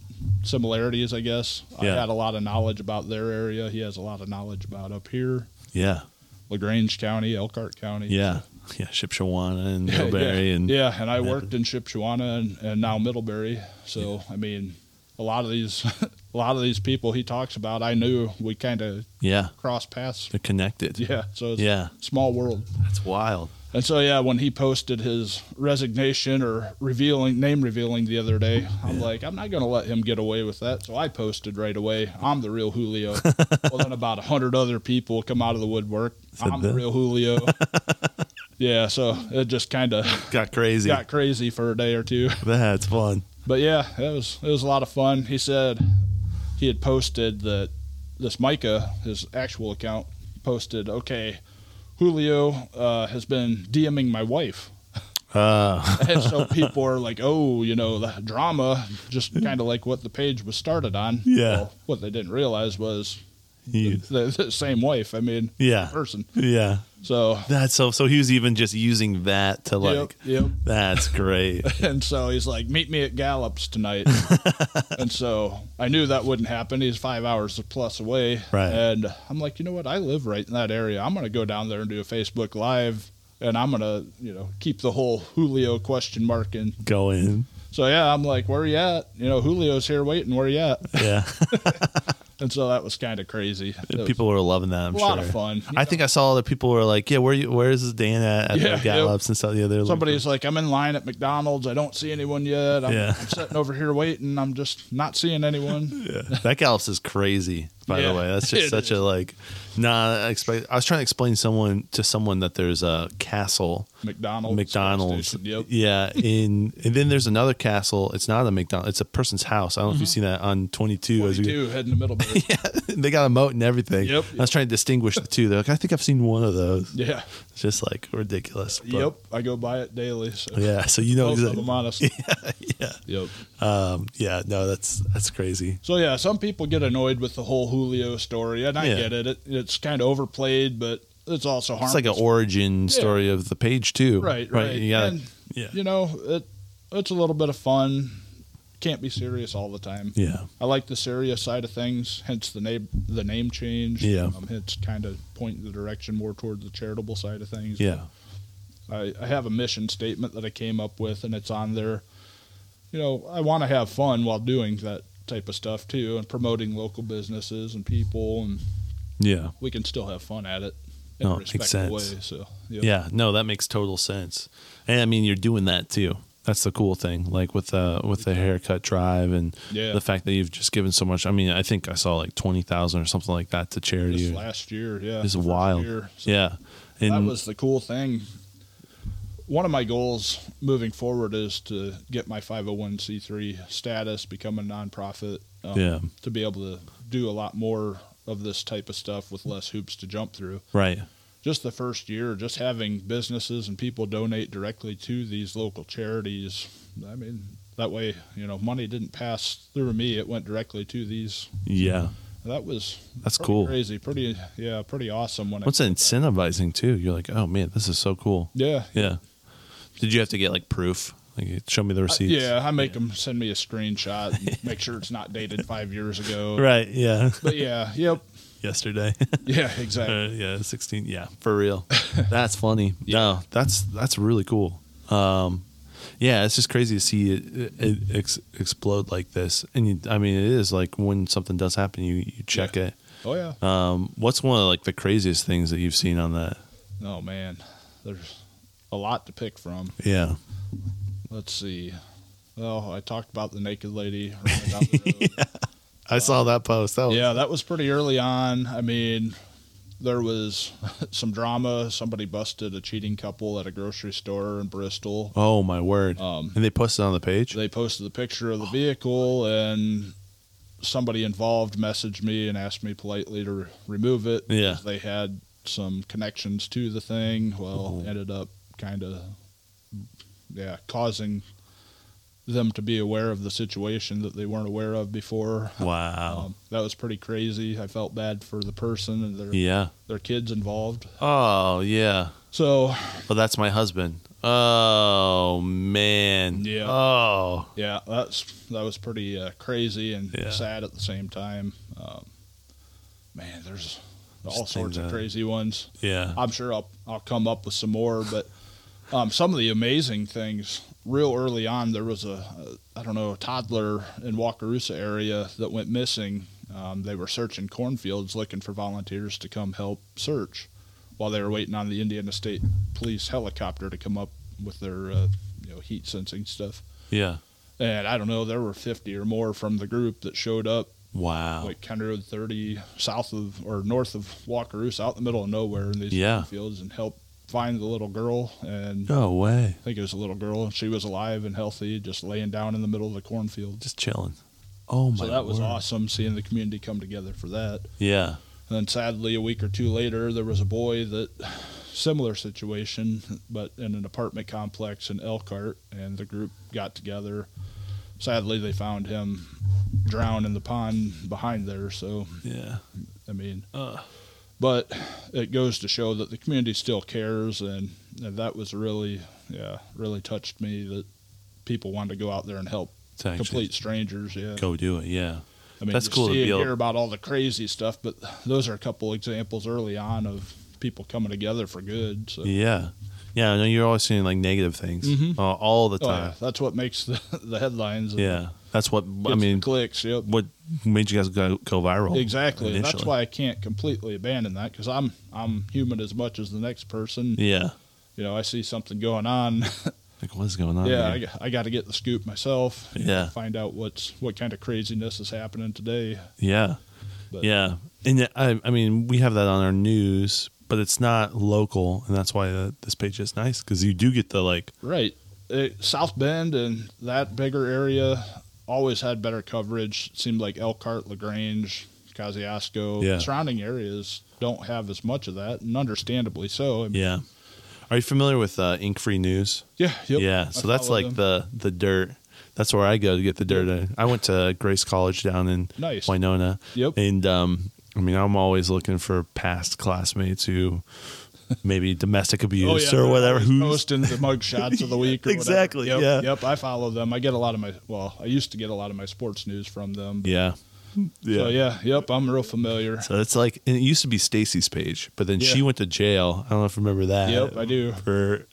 [SPEAKER 2] similarities. I guess
[SPEAKER 1] Yeah.
[SPEAKER 2] I had a lot of knowledge about their area. He has a lot of knowledge about up here,
[SPEAKER 1] yeah.
[SPEAKER 2] Lagrange County, Elkhart County.
[SPEAKER 1] Yeah. Yeah. Shipshawana and
[SPEAKER 2] Yeah,
[SPEAKER 1] Millbury
[SPEAKER 2] yeah,
[SPEAKER 1] and
[SPEAKER 2] yeah, and I worked in Shipshawana and, and now Middlebury. So I mean, a lot of these, a lot of these people he talks about, I knew we kind of
[SPEAKER 1] yeah.
[SPEAKER 2] cross paths.
[SPEAKER 1] They're connected.
[SPEAKER 2] Yeah, so it's
[SPEAKER 1] Yeah.
[SPEAKER 2] small world.
[SPEAKER 1] That's wild.
[SPEAKER 2] And so yeah, when he posted his resignation or revealing name revealing the other day, I'm like, I'm not gonna let him get away with that. So I posted right away, I'm the real Julio. well then about a hundred other people come out of the woodwork.
[SPEAKER 1] Said
[SPEAKER 2] I'm the
[SPEAKER 1] that.
[SPEAKER 2] real Julio. yeah, so it just kinda
[SPEAKER 1] Got crazy.
[SPEAKER 2] got crazy for a day or two.
[SPEAKER 1] That's fun.
[SPEAKER 2] But yeah, it was it was a lot of fun. He said he had posted that this Micah, his actual account, posted, okay, Julio uh, has been DMing my wife.
[SPEAKER 1] Uh,
[SPEAKER 2] And so people are like, oh, you know, the drama, just kind of like what the page was started on.
[SPEAKER 1] Yeah.
[SPEAKER 2] what they didn't realize was the,
[SPEAKER 1] he-
[SPEAKER 2] the, the same wife, I mean,
[SPEAKER 1] yeah.
[SPEAKER 2] person.
[SPEAKER 1] Yeah.
[SPEAKER 2] So,
[SPEAKER 1] That's so. So he was even just using that to like.
[SPEAKER 2] yep, yep.
[SPEAKER 1] That's great.
[SPEAKER 2] And so he's like, "Meet me at Gallup's tonight." and so I knew that wouldn't happen. He's five hours plus away,
[SPEAKER 1] Right.
[SPEAKER 2] And I'm like, you know what? I live right in that area. I'm gonna go down there and do a Facebook Live, and I'm gonna, you know, keep the whole Julio question mark in.
[SPEAKER 1] Go in.
[SPEAKER 2] So yeah, I'm like, where you at? You know, Julio's here waiting. Where you at?
[SPEAKER 1] Yeah.
[SPEAKER 2] And so that was kind of crazy. It was
[SPEAKER 1] people were loving that. I'm
[SPEAKER 2] a
[SPEAKER 1] sure.
[SPEAKER 2] lot of fun.
[SPEAKER 1] I think I saw that people were like, "Yeah, where you? Where is Dan at, at
[SPEAKER 2] Yeah,
[SPEAKER 1] the
[SPEAKER 2] yep.
[SPEAKER 1] Gallops and stuff?" Yeah, they're looking
[SPEAKER 2] Somebody's like, I'm in line at McDonald's. I don't see anyone yet. I'm,
[SPEAKER 1] Yeah.
[SPEAKER 2] I'm sitting over here waiting. I'm just not seeing anyone.
[SPEAKER 1] Yeah. That Gallops is crazy, by
[SPEAKER 2] Yeah,
[SPEAKER 1] the way. That's just
[SPEAKER 2] it
[SPEAKER 1] such a
[SPEAKER 2] is.
[SPEAKER 1] like nah I expect I was trying to explain someone to someone that there's a castle
[SPEAKER 2] McDonald's.
[SPEAKER 1] McDonald's.
[SPEAKER 2] station. Yep.
[SPEAKER 1] Yeah. In and then there's another castle. It's not a McDonald's, it's a person's house. I don't know
[SPEAKER 2] Mm-hmm.
[SPEAKER 1] if you've seen that on twenty two as we
[SPEAKER 2] 22 heading to Middlebury. yeah.
[SPEAKER 1] they got a moat and everything.
[SPEAKER 2] Yep.
[SPEAKER 1] I was trying to distinguish the two. They're like, I think I've seen one of those.
[SPEAKER 2] yeah.
[SPEAKER 1] It's just like ridiculous. but-
[SPEAKER 2] Yep. I go by it daily. So
[SPEAKER 1] Yeah. So you know
[SPEAKER 2] Both of
[SPEAKER 1] exactly.
[SPEAKER 2] them, honest.
[SPEAKER 1] Yeah.
[SPEAKER 2] Yep.
[SPEAKER 1] Um, yeah, no, that's that's crazy.
[SPEAKER 2] So yeah, some people get annoyed with the whole Julio story, and I
[SPEAKER 1] Yeah.
[SPEAKER 2] get it. it. It's kind of overplayed, but it's also
[SPEAKER 1] It's
[SPEAKER 2] harmless.
[SPEAKER 1] like an origin story of the page too.
[SPEAKER 2] right, right.
[SPEAKER 1] You gotta-
[SPEAKER 2] and
[SPEAKER 1] yeah.
[SPEAKER 2] you know, it it's a little bit of fun. Can't be serious all the time.
[SPEAKER 1] yeah.
[SPEAKER 2] I like the serious side of things, hence the name the name change.
[SPEAKER 1] Yeah.
[SPEAKER 2] um, it's kind of pointing the direction more toward the charitable side of things.
[SPEAKER 1] Yeah.
[SPEAKER 2] I, I have a mission statement that I came up with, and it's on there. You know, I want to have fun while doing that type of stuff too, and promoting local businesses and people, and
[SPEAKER 1] Yeah.
[SPEAKER 2] we can still have fun at it in
[SPEAKER 1] No,
[SPEAKER 2] a
[SPEAKER 1] it makes
[SPEAKER 2] respectful way.
[SPEAKER 1] sense.
[SPEAKER 2] So, yeah.
[SPEAKER 1] Yeah. No, that makes total sense. And I mean, you're doing that too. That's the cool thing, like with uh with the haircut drive and
[SPEAKER 2] Yeah.
[SPEAKER 1] the fact that you've just given so much. I mean, I think I saw like twenty thousand or something like that to
[SPEAKER 2] This
[SPEAKER 1] charity.
[SPEAKER 2] last year, yeah,
[SPEAKER 1] It's
[SPEAKER 2] first
[SPEAKER 1] wild.
[SPEAKER 2] year. So
[SPEAKER 1] yeah, and
[SPEAKER 2] that was the cool thing. One of my goals moving forward is to get my 501c3 status, become a nonprofit. Um,
[SPEAKER 1] yeah,
[SPEAKER 2] to be able to do a lot more of this type of stuff with less hoops to jump through.
[SPEAKER 1] right.
[SPEAKER 2] Just the first year, just having businesses and people donate directly to these local charities. I mean, that way, you know, money didn't pass through me; it went directly to these.
[SPEAKER 1] Yeah,
[SPEAKER 2] That was
[SPEAKER 1] that's
[SPEAKER 2] pretty
[SPEAKER 1] cool.
[SPEAKER 2] crazy, pretty yeah, pretty awesome. When I-
[SPEAKER 1] What's incentivizing too? You're like, oh man, this is so cool.
[SPEAKER 2] Yeah,
[SPEAKER 1] Yeah. Did you have to get like proof? Like, show me the
[SPEAKER 2] I-
[SPEAKER 1] receipts.
[SPEAKER 2] Uh, yeah. I make them send me a screenshot, and make sure it's not dated five years ago.
[SPEAKER 1] Right. Yeah.
[SPEAKER 2] But yeah, yep,
[SPEAKER 1] Yesterday.
[SPEAKER 2] yeah,
[SPEAKER 1] Uh,
[SPEAKER 2] exactly.
[SPEAKER 1] yeah, sixteen. Yeah, for real. That's funny. No, that's that's really cool. Um, yeah, it's just crazy to see it, it ex- explode like this. And you, I mean, it is like when something does happen, you you check it.
[SPEAKER 2] Oh yeah.
[SPEAKER 1] Um, what's one of like the craziest things that you've seen on that?
[SPEAKER 2] Oh man, there's a lot to pick from.
[SPEAKER 1] Yeah,
[SPEAKER 2] let's see. Well, I talked about the naked lady. running down the road.
[SPEAKER 1] I saw that post. That was,
[SPEAKER 2] Yeah, that was pretty early on. I mean, there was some drama. Somebody busted a cheating couple at a grocery store in Bristol.
[SPEAKER 1] Oh my word!
[SPEAKER 2] Um,
[SPEAKER 1] and they posted on the page.
[SPEAKER 2] They posted the picture of the vehicle, and somebody involved messaged me and asked me politely to re- remove it.
[SPEAKER 1] Yeah.
[SPEAKER 2] because They had some connections to the thing. Well, ended up kind of, yeah, causing them to be aware of the situation that they weren't aware of before.
[SPEAKER 1] wow.
[SPEAKER 2] Um, that was pretty crazy. I felt bad for the person and their
[SPEAKER 1] yeah.
[SPEAKER 2] their kids involved.
[SPEAKER 1] Oh yeah.
[SPEAKER 2] So
[SPEAKER 1] Well, that's my husband. Oh man.
[SPEAKER 2] Yeah.
[SPEAKER 1] Oh.
[SPEAKER 2] yeah, that's that was pretty uh, crazy and
[SPEAKER 1] Yeah.
[SPEAKER 2] sad at the same time. Um, man, there's all
[SPEAKER 1] Just
[SPEAKER 2] sorts
[SPEAKER 1] think
[SPEAKER 2] of
[SPEAKER 1] that-
[SPEAKER 2] crazy ones.
[SPEAKER 1] Yeah.
[SPEAKER 2] I'm sure I'll I'll come up with some more, but um, some of the amazing things. Real early on, there was a, a I don't know a toddler in Wakarusa area that went missing. Um, they were searching cornfields looking for volunteers to come help search, while they were waiting on the Indiana State Police helicopter to come up with their uh, you know heat sensing stuff.
[SPEAKER 1] yeah.
[SPEAKER 2] And I don't know, there were 50 or more from the group that showed up
[SPEAKER 1] Wow.
[SPEAKER 2] like County Road 30 south of or north of Wakarusa, out in the middle of nowhere in these
[SPEAKER 1] Yeah.
[SPEAKER 2] fields, and help find the little girl. And
[SPEAKER 1] no way.
[SPEAKER 2] I think it was a little girl, and she was alive and healthy, just laying down in the middle of the cornfield.
[SPEAKER 1] Just chilling. Oh my.
[SPEAKER 2] So that was
[SPEAKER 1] word.
[SPEAKER 2] awesome seeing the community come together for that.
[SPEAKER 1] Yeah.
[SPEAKER 2] And then sadly, a week or two later, there was a boy that similar situation, but in an apartment complex in Elkhart, and the group got together. Sadly, they found him drowned in the pond behind there. So
[SPEAKER 1] Yeah.
[SPEAKER 2] I mean,
[SPEAKER 1] Ugh.
[SPEAKER 2] but it goes to show that the community still cares, and, and that was really, yeah, really touched me that people wanted to go out there and help
[SPEAKER 1] To actually
[SPEAKER 2] complete strangers. Yeah,
[SPEAKER 1] Go do it. Yeah.
[SPEAKER 2] I mean,
[SPEAKER 1] that's
[SPEAKER 2] you
[SPEAKER 1] cool to
[SPEAKER 2] See
[SPEAKER 1] be
[SPEAKER 2] and
[SPEAKER 1] able-
[SPEAKER 2] hear about all the crazy stuff, but those are a couple examples early on of people coming together for good. So.
[SPEAKER 1] Yeah. Yeah. I know you're always seeing like negative things
[SPEAKER 2] Mhm.
[SPEAKER 1] uh, all the
[SPEAKER 2] Oh, yeah,
[SPEAKER 1] time.
[SPEAKER 2] that's what makes the, the headlines. and
[SPEAKER 1] yeah. That's what I
[SPEAKER 2] gets the
[SPEAKER 1] mean.
[SPEAKER 2] clicks. Yep.
[SPEAKER 1] What made you guys go, go viral?
[SPEAKER 2] Exactly. and That's
[SPEAKER 1] initially.
[SPEAKER 2] why I can't completely abandon that because I'm I'm human as much as the next person.
[SPEAKER 1] Yeah.
[SPEAKER 2] You know, I see something going on.
[SPEAKER 1] Like what's going on?
[SPEAKER 2] yeah,
[SPEAKER 1] here?
[SPEAKER 2] I, got to get the scoop myself.
[SPEAKER 1] Yeah.
[SPEAKER 2] Find out what's what kind of craziness is happening today.
[SPEAKER 1] Yeah.
[SPEAKER 2] But-
[SPEAKER 1] yeah. And yet, I, I mean, we have that on our news, but it's not local. And that's why uh, this page is nice because you do get the like,
[SPEAKER 2] Right. It, South Bend and that bigger area always had better coverage. It seemed like Elkhart, LaGrange, Kosciuszko,
[SPEAKER 1] Yeah.
[SPEAKER 2] surrounding areas don't have as much of that, and understandably so. I mean,
[SPEAKER 1] yeah. Are you familiar with uh, Ink Free News?
[SPEAKER 2] yeah. yep.
[SPEAKER 1] Yeah.
[SPEAKER 2] I
[SPEAKER 1] So that's
[SPEAKER 2] follow
[SPEAKER 1] like
[SPEAKER 2] them.
[SPEAKER 1] the the dirt. That's where I go to get the dirt. I I went to Grace College down in
[SPEAKER 2] Nice.
[SPEAKER 1] Winona.
[SPEAKER 2] Yep.
[SPEAKER 1] And um, I mean, I'm always looking for past classmates who maybe domestic abuse or
[SPEAKER 2] Oh, they're
[SPEAKER 1] whatever.
[SPEAKER 2] always
[SPEAKER 1] Who's
[SPEAKER 2] posting the mug shots of the week? Or whatever.
[SPEAKER 1] Exactly,
[SPEAKER 2] Yep,
[SPEAKER 1] yeah.
[SPEAKER 2] Yep. I follow them. I get a lot of my well, I used to get a lot of my sports news from them.
[SPEAKER 1] yeah.
[SPEAKER 2] So yeah. Yep. I'm real familiar.
[SPEAKER 1] So it's like, and it used to be Stacy's page, but then she
[SPEAKER 2] Yeah.
[SPEAKER 1] went to jail. I don't know if you remember that.
[SPEAKER 2] Yep, I do.
[SPEAKER 1] For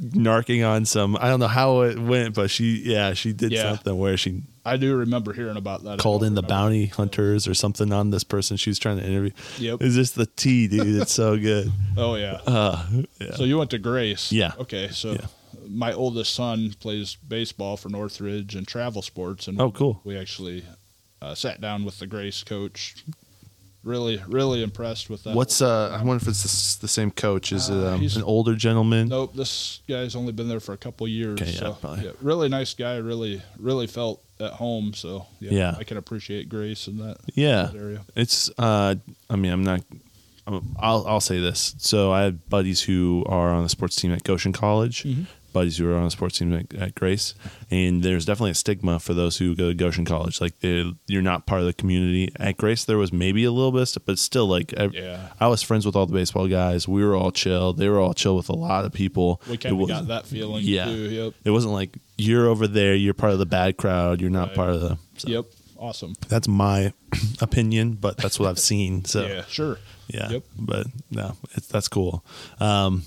[SPEAKER 1] narking on some, I don't know how it went, but she, yeah, she did
[SPEAKER 2] Yeah.
[SPEAKER 1] something where she
[SPEAKER 2] I do remember hearing about that. I
[SPEAKER 1] called
[SPEAKER 2] don't
[SPEAKER 1] in the
[SPEAKER 2] remember.
[SPEAKER 1] bounty hunters or something on this person she was trying to interview.
[SPEAKER 2] Yep.
[SPEAKER 1] It's just the tea, dude. It's so good.
[SPEAKER 2] Oh yeah.
[SPEAKER 1] Uh, yeah.
[SPEAKER 2] So you went to Grace.
[SPEAKER 1] Yeah.
[SPEAKER 2] Okay. So
[SPEAKER 1] Yeah.
[SPEAKER 2] my oldest son plays baseball for Northridge and travel sports, and
[SPEAKER 1] Oh, cool.
[SPEAKER 2] we actually uh, sat down with the Grace coach. Really, really impressed with that.
[SPEAKER 1] What's uh? I wonder if it's the, s- the same coach. Is it
[SPEAKER 2] Uh,
[SPEAKER 1] um,
[SPEAKER 2] he's-
[SPEAKER 1] an older gentleman?
[SPEAKER 2] Nope, this guy's only been there for a couple years.
[SPEAKER 1] Okay, yeah,
[SPEAKER 2] so,
[SPEAKER 1] probably.
[SPEAKER 2] yeah, really nice guy. Really, really felt at home. So yeah,
[SPEAKER 1] Yeah.
[SPEAKER 2] I can appreciate Grace in that,
[SPEAKER 1] Yeah.
[SPEAKER 2] that area.
[SPEAKER 1] It's uh I mean I'm not I'm- I'll I'll say this. So I have buddies who are on the sports team at Goshen College,
[SPEAKER 2] Mm-hmm.
[SPEAKER 1] buddies who are on the sports team at, at Grace, and there's definitely a stigma for those who go to Goshen College. Like they're- you're not part of the community. At Grace there was maybe a little bit, of stuff, but still like I,
[SPEAKER 2] Yeah.
[SPEAKER 1] I was friends with all the baseball guys. We were all chill. They were all chill with a lot of people.
[SPEAKER 2] We
[SPEAKER 1] It
[SPEAKER 2] kind of
[SPEAKER 1] was-
[SPEAKER 2] got that feeling
[SPEAKER 1] Yeah.
[SPEAKER 2] too. Yep.
[SPEAKER 1] It wasn't like you're over there, you're part of the bad crowd, you're not
[SPEAKER 2] Right.
[SPEAKER 1] part of the so
[SPEAKER 2] Yep. Awesome.
[SPEAKER 1] that's my opinion, but that's what I've seen. So
[SPEAKER 2] yeah.
[SPEAKER 1] yeah,
[SPEAKER 2] Sure. Yep.
[SPEAKER 1] but no, it's, that's cool. Um,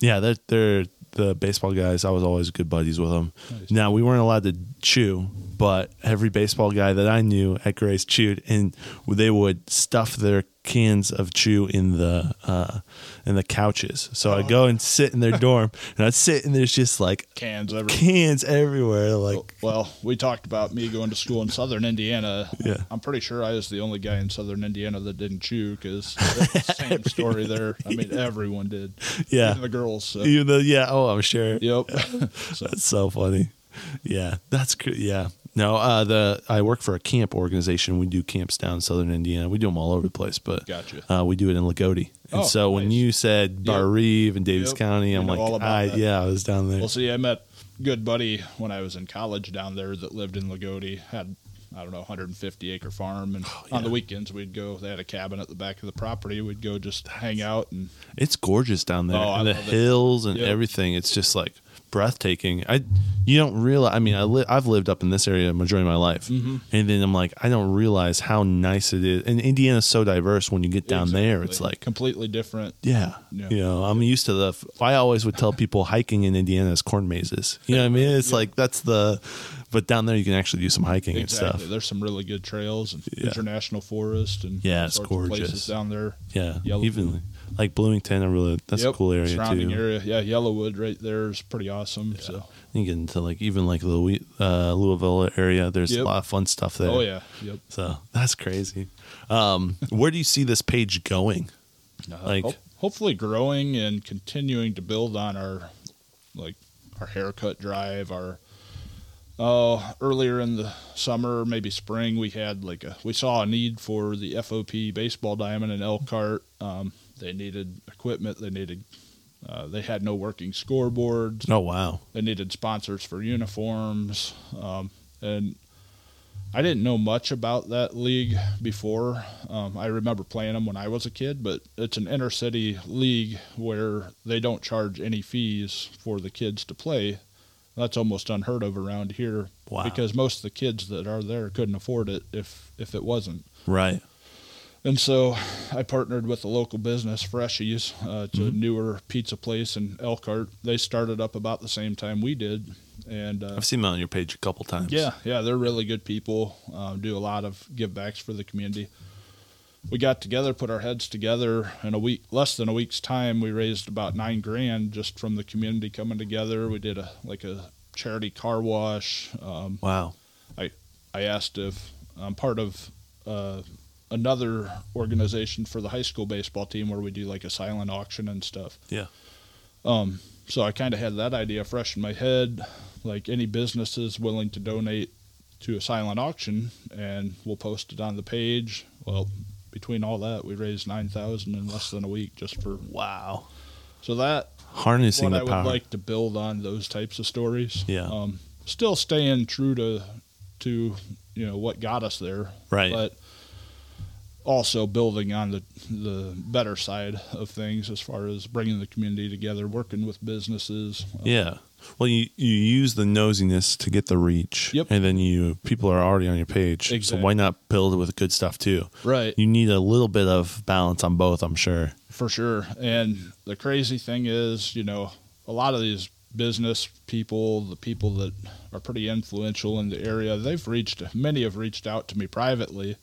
[SPEAKER 1] yeah, they're, they're the baseball guys. I was always good buddies with them.
[SPEAKER 2] Nice.
[SPEAKER 1] Now we weren't allowed to chew, but every baseball guy that I knew at Grace chewed, and they would stuff their cans of chew in the uh, in the couches. So I go and sit in their dorm, and I sit and there's just like
[SPEAKER 2] Cans every
[SPEAKER 1] cans everywhere. Like
[SPEAKER 2] Well, we talked about me going to school in Southern Indiana.
[SPEAKER 1] Yeah.
[SPEAKER 2] I'm pretty sure I was the only guy in Southern Indiana that didn't chew because same story there. I mean, everyone did.
[SPEAKER 1] Yeah.
[SPEAKER 2] Even the girls. So.
[SPEAKER 1] even though yeah, oh I'm sure.
[SPEAKER 2] Yep. so,
[SPEAKER 1] That's so funny. Yeah, that's cr- yeah. No, uh, the I work for a camp organization. We do camps down in Southern Indiana. We do them all over the place, but
[SPEAKER 2] Gotcha.
[SPEAKER 1] uh, we do it in Lagodi. And
[SPEAKER 2] Oh,
[SPEAKER 1] so when
[SPEAKER 2] nice.
[SPEAKER 1] you said Bar Reeve and Davis
[SPEAKER 2] Yep.
[SPEAKER 1] County,
[SPEAKER 2] You
[SPEAKER 1] I'm
[SPEAKER 2] know all
[SPEAKER 1] like,
[SPEAKER 2] about
[SPEAKER 1] I,
[SPEAKER 2] that.
[SPEAKER 1] yeah, I was down there.
[SPEAKER 2] well, see, I met a good buddy when I was in college down there that lived in Lagodi. Had I don't know 150 acre farm, and
[SPEAKER 1] Oh,
[SPEAKER 2] on the weekends we'd go. They had a cabin at the back of the property. We'd go just hang out and
[SPEAKER 1] It's gorgeous down there,
[SPEAKER 2] Oh, I
[SPEAKER 1] and the
[SPEAKER 2] love it.
[SPEAKER 1] hills and
[SPEAKER 2] Yep.
[SPEAKER 1] everything. It's just like breathtaking. I, you don't realize. I mean, I li- I've lived up in this area the majority of my life,
[SPEAKER 2] Mm-hmm.
[SPEAKER 1] and then I'm like, I don't realize how nice it is. And Indiana's so diverse. When you get down there, it's
[SPEAKER 2] Exactly.
[SPEAKER 1] like
[SPEAKER 2] completely different.
[SPEAKER 1] Yeah.
[SPEAKER 2] Yeah.
[SPEAKER 1] You know, I'm used to the. f- I always would tell people hiking in Indiana is corn mazes. You know what I mean? It's like that's the. But down there, you can actually do some hiking and
[SPEAKER 2] Exactly.
[SPEAKER 1] stuff.
[SPEAKER 2] There's some really good trails and
[SPEAKER 1] Yeah.
[SPEAKER 2] international forest and
[SPEAKER 1] Yeah,
[SPEAKER 2] all
[SPEAKER 1] it's
[SPEAKER 2] sorts of
[SPEAKER 1] gorgeous.
[SPEAKER 2] places down there.
[SPEAKER 1] Yeah.
[SPEAKER 2] Yellow-
[SPEAKER 1] Even like Bloomington, I really. That's
[SPEAKER 2] Yep,
[SPEAKER 1] a cool area
[SPEAKER 2] surrounding
[SPEAKER 1] too.
[SPEAKER 2] area. Yeah, Yellowwood right there is pretty awesome. So,
[SPEAKER 1] You get into like even like Louis, uh, Louisville area. There's a
[SPEAKER 2] Yep.
[SPEAKER 1] lot of fun stuff there.
[SPEAKER 2] oh yeah, yep.
[SPEAKER 1] So that's crazy. Um, where do you see this page going?
[SPEAKER 2] Uh,
[SPEAKER 1] Like-
[SPEAKER 2] ho- hopefully growing and continuing to build on our like our haircut drive. Our oh, earlier in the summer, maybe spring, we had like a we saw a need for the FOP baseball diamond and Elkhart. Um, they needed equipment. They needed. Uh, they had no working scoreboards.
[SPEAKER 1] Oh wow.
[SPEAKER 2] They needed sponsors for uniforms, um, and I didn't know much about that league before. Um, I remember playing them when I was a kid, but it's an inner city league where they don't charge any fees for the kids to play. That's almost unheard of around here
[SPEAKER 1] Wow.
[SPEAKER 2] because most of the kids that are there couldn't afford it if if it wasn't.
[SPEAKER 1] Right.
[SPEAKER 2] And so I partnered with a local business, Freshies. Uh, it's
[SPEAKER 1] Mm-hmm.
[SPEAKER 2] a newer pizza place in Elkhart. They started up about the same time we did. And uh,
[SPEAKER 1] I've seen that on your page a couple times.
[SPEAKER 2] yeah, yeah, they're really good people, uh, do a lot of give backs for the community. We got together, put our heads together. In a week, less than a week's time, we raised about nine grand just from the community coming together. We did a like a charity car wash. Um,
[SPEAKER 1] Wow.
[SPEAKER 2] I asked if I'm part of uh, another organization for the high school baseball team where we do like a silent auction and stuff.
[SPEAKER 1] Yeah.
[SPEAKER 2] Um, so I kind of had that idea fresh in my head, like any businesses willing to donate to a silent auction, and we'll post it on the page. Well, between all that, we raised nine thousand in less than a week just for.
[SPEAKER 1] Wow.
[SPEAKER 2] So that
[SPEAKER 1] Harnessing
[SPEAKER 2] what I
[SPEAKER 1] the
[SPEAKER 2] would
[SPEAKER 1] power.
[SPEAKER 2] like to build on those types of stories.
[SPEAKER 1] Yeah.
[SPEAKER 2] Um, still staying true to to you know what got us there,
[SPEAKER 1] right.
[SPEAKER 2] but also building on the the better side of things as far as bringing the community together, working with businesses.
[SPEAKER 1] Yeah. Well, you, you use the nosiness to get the reach.
[SPEAKER 2] Yep.
[SPEAKER 1] And then you people are already on your page. So
[SPEAKER 2] Exactly.
[SPEAKER 1] why not build it with good stuff too?
[SPEAKER 2] Right.
[SPEAKER 1] You need a little bit of balance on both, I'm sure.
[SPEAKER 2] For sure. And the crazy thing is, you know, a lot of these business people, the people that are pretty influential in the area, they've reached, many have reached out to me privately.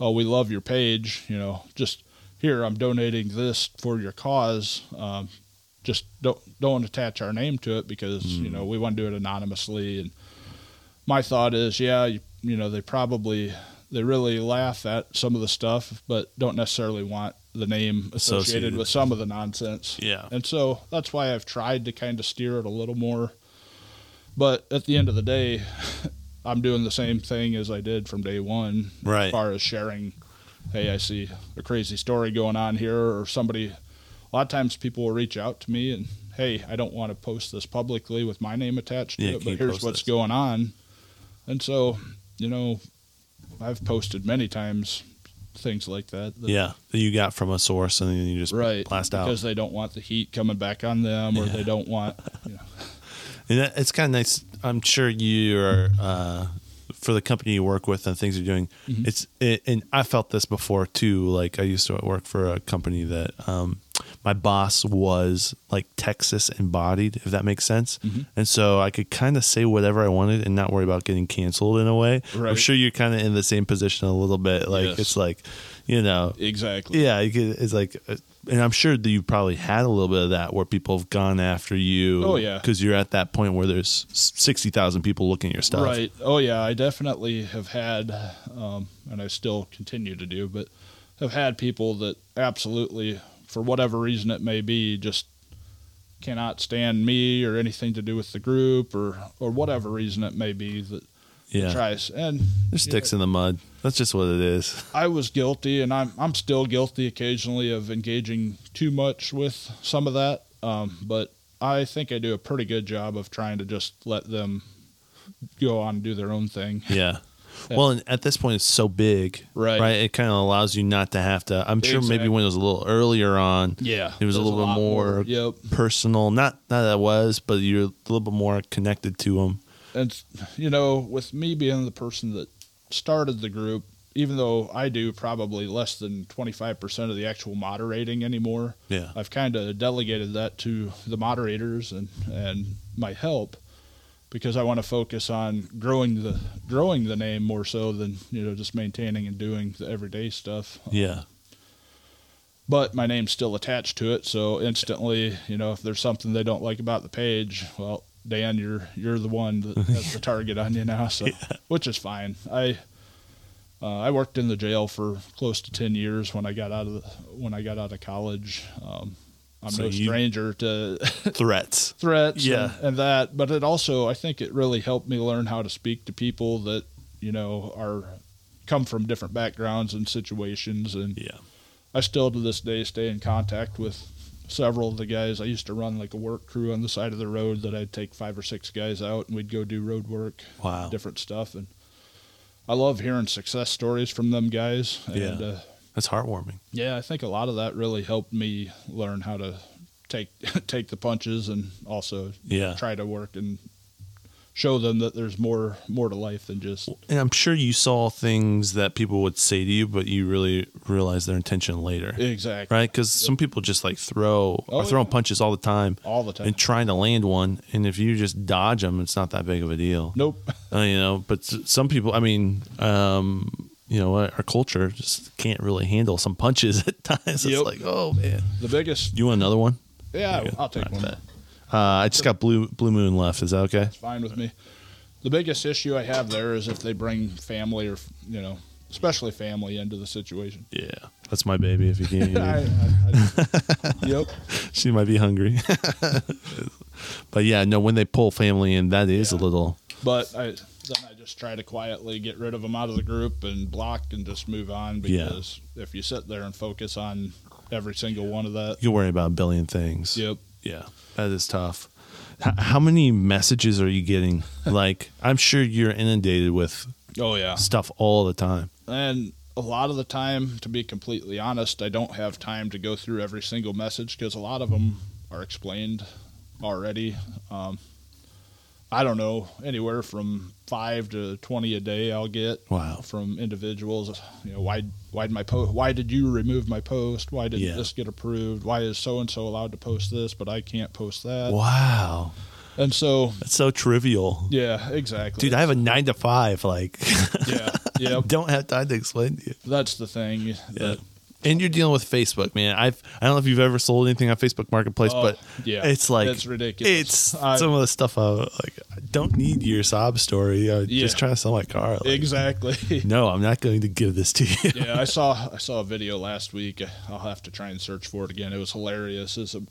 [SPEAKER 2] Oh, we love your page. You know, just here, I'm donating this for your cause. Um, just don't don't attach our name to it because you know we want to do it anonymously. And my thought is, yeah, you, you know, they probably they really laugh at some of the stuff, but don't necessarily want the name associated,
[SPEAKER 1] Associated.
[SPEAKER 2] with some of the nonsense.
[SPEAKER 1] Yeah.
[SPEAKER 2] And so that's why I've tried to kind of steer it a little more. But at the end of the day, I'm doing the same thing as I did from day one,
[SPEAKER 1] Right.
[SPEAKER 2] as far as sharing. Hey, I see a crazy story going on here, or somebody. A lot of times, people will reach out to me and, hey, I don't want to post this publicly with my name attached to
[SPEAKER 1] Yeah,
[SPEAKER 2] it,
[SPEAKER 1] can you
[SPEAKER 2] but here's
[SPEAKER 1] post
[SPEAKER 2] what's
[SPEAKER 1] this?
[SPEAKER 2] going on. And so, you know, I've posted many times things like that. that
[SPEAKER 1] yeah. That you got from a source and then you just
[SPEAKER 2] right
[SPEAKER 1] blast out.
[SPEAKER 2] because they don't want the heat coming back on them or
[SPEAKER 1] Yeah.
[SPEAKER 2] they don't want you know,
[SPEAKER 1] And that, it's kind of nice. I'm sure you're uh, for the company you work with and things you're doing.
[SPEAKER 2] Mm-hmm.
[SPEAKER 1] It's it, and I felt this before too. Like I used to work for a company that um, my boss was like Texas embodied, if that makes sense.
[SPEAKER 2] Mm-hmm.
[SPEAKER 1] And so I could kind of say whatever I wanted and not worry about getting canceled in a way. I'm
[SPEAKER 2] Right.
[SPEAKER 1] sure you're kind of in the same position a little bit. Like
[SPEAKER 2] Yes.
[SPEAKER 1] it's like, you know,
[SPEAKER 2] Exactly.
[SPEAKER 1] yeah, you could, it's like, uh, and I'm sure that you probably had a little bit of that where people have gone after you.
[SPEAKER 2] Oh, yeah.
[SPEAKER 1] because you're at that point where there's sixty thousand people looking at your stuff.
[SPEAKER 2] Right. Oh yeah, I definitely have had, um, and I still continue to do, but have had people that absolutely, for whatever reason it may be, just cannot stand me or anything to do with the group or or whatever reason it may be that
[SPEAKER 1] Yeah,
[SPEAKER 2] tries. And
[SPEAKER 1] there's
[SPEAKER 2] you
[SPEAKER 1] sticks in the mud. That's just what it is.
[SPEAKER 2] know, I was guilty, and I'm I'm still guilty occasionally of engaging too much with some of that, um, but. I think I do a pretty good job of trying to just let them go on and do their own thing.
[SPEAKER 1] Yeah.
[SPEAKER 2] Yeah.
[SPEAKER 1] Well, and at this point, it's so big,
[SPEAKER 2] Right.
[SPEAKER 1] Right, it kind of allows you not to have to. I'm sure maybe
[SPEAKER 2] Exactly.
[SPEAKER 1] when it was a little earlier on,
[SPEAKER 2] Yeah,
[SPEAKER 1] it was a
[SPEAKER 2] there's
[SPEAKER 1] little bit
[SPEAKER 2] lot
[SPEAKER 1] more,
[SPEAKER 2] Yep,
[SPEAKER 1] personal. Not not that it was, but you're a little bit more connected to them.
[SPEAKER 2] and you know, with me being the person that started the group, even though I do probably less than twenty five percent of the actual moderating anymore,
[SPEAKER 1] Yeah,
[SPEAKER 2] I've kind of delegated that to the moderators and and my help because I want to focus on growing the growing the name more so than you know just maintaining and doing the everyday stuff.
[SPEAKER 1] yeah,
[SPEAKER 2] but my name's still attached to it. So instantly, you know, if there's something they don't like about the page, well, Dan, you're you're the one that has the target on you now. So, which is fine. I uh, I worked in the jail for close to ten years when I got out of the, when I got out of college. Um, I'm
[SPEAKER 1] So
[SPEAKER 2] no
[SPEAKER 1] you-
[SPEAKER 2] stranger to
[SPEAKER 1] threats.
[SPEAKER 2] threats
[SPEAKER 1] Yeah.
[SPEAKER 2] and, and that but it also i think it really helped me learn how to speak to people that you know are come from different backgrounds and situations and
[SPEAKER 1] Yeah.
[SPEAKER 2] i still to this day stay in contact with several of the guys i used to run like a work crew on the side of the road that i'd take five or six guys out and we'd go do road work
[SPEAKER 1] Wow.
[SPEAKER 2] different stuff and i love hearing success stories from them guys and
[SPEAKER 1] Yeah.
[SPEAKER 2] uh,
[SPEAKER 1] That's heartwarming.
[SPEAKER 2] yeah, I think a lot of that really helped me learn how to take take the punches and also
[SPEAKER 1] Yeah.
[SPEAKER 2] try to work and show them that there's more more to life than just
[SPEAKER 1] And I'm sure you saw things that people would say to you, but you really realized their intention later,
[SPEAKER 2] exactly
[SPEAKER 1] right? Because some people just like throw
[SPEAKER 2] Oh,
[SPEAKER 1] are throwing
[SPEAKER 2] yeah.
[SPEAKER 1] punches all the time
[SPEAKER 2] all the time.
[SPEAKER 1] and trying to land one, and if you just dodge them, it's not that big of a deal.
[SPEAKER 2] nope.
[SPEAKER 1] Uh, you know, but s- some people, I mean, um, you know, our our culture just can't really handle some punches at times. It's
[SPEAKER 2] Yep.
[SPEAKER 1] like, oh man,
[SPEAKER 2] The biggest
[SPEAKER 1] you want another one?
[SPEAKER 2] yeah,
[SPEAKER 1] Yeah,
[SPEAKER 2] I'll take
[SPEAKER 1] I
[SPEAKER 2] one.
[SPEAKER 1] bet. Uh, I just got blue blue moon left. Is that okay?
[SPEAKER 2] Fine with me. The biggest issue I have there is if they bring family or you know, especially family into the situation.
[SPEAKER 1] Yeah, that's my baby. If you can't, hear
[SPEAKER 2] I,
[SPEAKER 1] me.
[SPEAKER 2] I, I, yep.
[SPEAKER 1] she might be hungry. but yeah, no, when they pull family in, that is a
[SPEAKER 2] Yeah.
[SPEAKER 1] little.
[SPEAKER 2] But I then I just try to quietly get rid of them out of the group and block and just move on
[SPEAKER 1] Yeah.
[SPEAKER 2] because if you sit there and focus on every single one of that,
[SPEAKER 1] You worry about a billion things.
[SPEAKER 2] yep,
[SPEAKER 1] Yeah, that is tough. H- how many messages are you getting? like, I'm sure you're inundated with
[SPEAKER 2] oh yeah,
[SPEAKER 1] stuff all the time.
[SPEAKER 2] and a lot of the time, to be completely honest, I don't have time to go through every single message because a lot of them are explained already. Um, I don't know anywhere from five to twenty a day I'll get
[SPEAKER 1] Wow.
[SPEAKER 2] from individuals. You know, why why did my post? Why did you remove my post? Why did
[SPEAKER 1] Yeah.
[SPEAKER 2] not this get approved? Why is so and so allowed to post this, but I can't post that?
[SPEAKER 1] Wow.
[SPEAKER 2] and so,
[SPEAKER 1] That's so trivial.
[SPEAKER 2] yeah, exactly,
[SPEAKER 1] Dude, I have a nine to five. Like,
[SPEAKER 2] yeah, yeah,
[SPEAKER 1] don't have time to explain to you.
[SPEAKER 2] that's the thing. that-
[SPEAKER 1] And you're dealing with Facebook, man. I've I don't know if you've ever sold anything on Facebook Marketplace,
[SPEAKER 2] Oh,
[SPEAKER 1] but
[SPEAKER 2] yeah,
[SPEAKER 1] it's like
[SPEAKER 2] it's ridiculous.
[SPEAKER 1] It's
[SPEAKER 2] I-
[SPEAKER 1] some of the stuff I like. I don't need your sob story. I'm
[SPEAKER 2] Yeah.
[SPEAKER 1] just trying to sell my car. Like,
[SPEAKER 2] exactly.
[SPEAKER 1] No, I'm not going to give this to you.
[SPEAKER 2] yeah, I saw I saw a video last week. I'll have to try and search for it again. It was hilarious. It's a,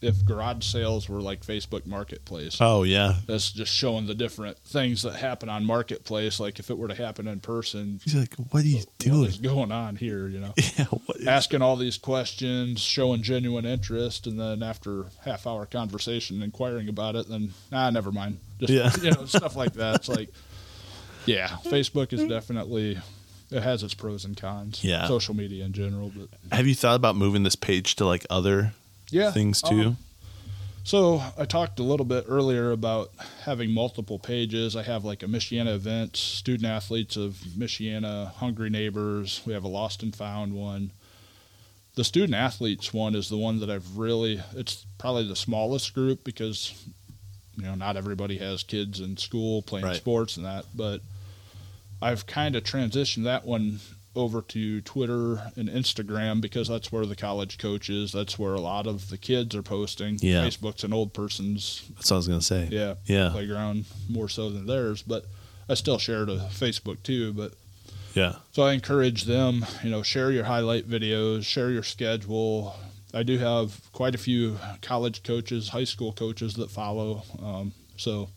[SPEAKER 2] if garage sales were like Facebook Marketplace,
[SPEAKER 1] Oh yeah,
[SPEAKER 2] that's just showing the different things that happen on Marketplace. Like if it were to happen in person,
[SPEAKER 1] he's like, what are you
[SPEAKER 2] what Uh,
[SPEAKER 1] doing?
[SPEAKER 2] is going on here? You know,
[SPEAKER 1] Yeah, what is-
[SPEAKER 2] asking all these questions, showing genuine interest, and then after half hour conversation, inquiring about it, then nah, never mind. Just
[SPEAKER 1] Yeah.
[SPEAKER 2] you know, stuff like that. It's like, yeah, Facebook is definitely. It has its pros and cons.
[SPEAKER 1] Yeah.
[SPEAKER 2] Social media in general, but
[SPEAKER 1] Have you thought about moving this page to like other
[SPEAKER 2] yeah
[SPEAKER 1] things
[SPEAKER 2] um,
[SPEAKER 1] too?
[SPEAKER 2] so i talked a little bit earlier about having multiple pages i have like a michiana events student athletes of michiana hungry neighbors we have a lost and found one the student athletes one is the one that I've really it's probably the smallest group because you know not everybody has kids in school playing
[SPEAKER 1] Right.
[SPEAKER 2] sports and that but I've kind of transitioned that one over to Twitter and Instagram because that's where the college coach is that's where a lot of the kids are posting
[SPEAKER 1] Yeah.
[SPEAKER 2] Facebook's an old person's
[SPEAKER 1] That's what I was gonna say.
[SPEAKER 2] yeah
[SPEAKER 1] Yeah.
[SPEAKER 2] playground more so than theirs but I still share to Facebook too but
[SPEAKER 1] Yeah.
[SPEAKER 2] so I encourage them, you know, share your highlight videos, share your schedule. I do have quite a few college coaches, high school coaches that follow. Um, so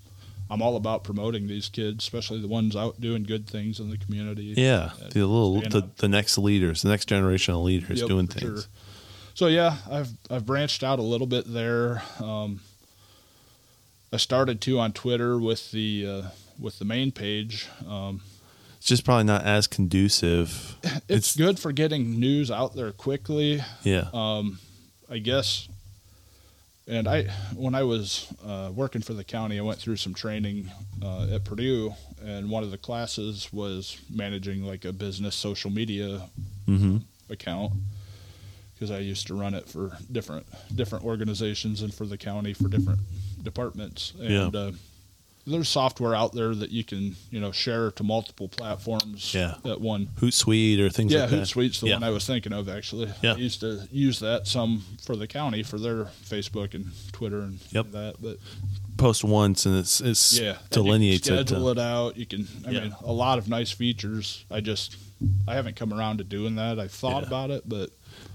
[SPEAKER 2] I'm all about promoting these kids, especially the ones out doing good things in the community.
[SPEAKER 1] Yeah.
[SPEAKER 2] And
[SPEAKER 1] The little
[SPEAKER 2] staying
[SPEAKER 1] the,
[SPEAKER 2] up.
[SPEAKER 1] the next leaders, the next generation of leaders
[SPEAKER 2] Yep,
[SPEAKER 1] doing
[SPEAKER 2] for
[SPEAKER 1] things.
[SPEAKER 2] sure. So yeah, I've I've branched out a little bit there. Um, I started too on Twitter with the uh, with the main page. Um,
[SPEAKER 1] It's just probably not as conducive.
[SPEAKER 2] it's
[SPEAKER 1] It's-
[SPEAKER 2] good for getting news out there quickly.
[SPEAKER 1] Yeah.
[SPEAKER 2] Uh, I guess. And I, when I was uh, working for the county, I went through some training uh, at Purdue, and one of the classes was managing like a business social media
[SPEAKER 1] mm-hmm.
[SPEAKER 2] account because I used to run it for different different organizations and for the county for different departments. And
[SPEAKER 1] Yeah.
[SPEAKER 2] uh, there's software out there that you can you know share to multiple platforms
[SPEAKER 1] Yeah.
[SPEAKER 2] at one
[SPEAKER 1] Hootsuite or things
[SPEAKER 2] yeah,
[SPEAKER 1] like that.
[SPEAKER 2] Hootsuite's the
[SPEAKER 1] Yeah.
[SPEAKER 2] one I was thinking of actually.
[SPEAKER 1] Yeah.
[SPEAKER 2] I used to use that some for the county for their Facebook and Twitter and
[SPEAKER 1] Yep.
[SPEAKER 2] that. But
[SPEAKER 1] Post once and it's it's
[SPEAKER 2] yeah, and you can
[SPEAKER 1] delineates it.
[SPEAKER 2] schedule
[SPEAKER 1] uh,
[SPEAKER 2] it out. You can. I
[SPEAKER 1] Yeah.
[SPEAKER 2] mean, a lot of nice features. I just I haven't come around to doing that. I've thought
[SPEAKER 1] Yeah.
[SPEAKER 2] about it, but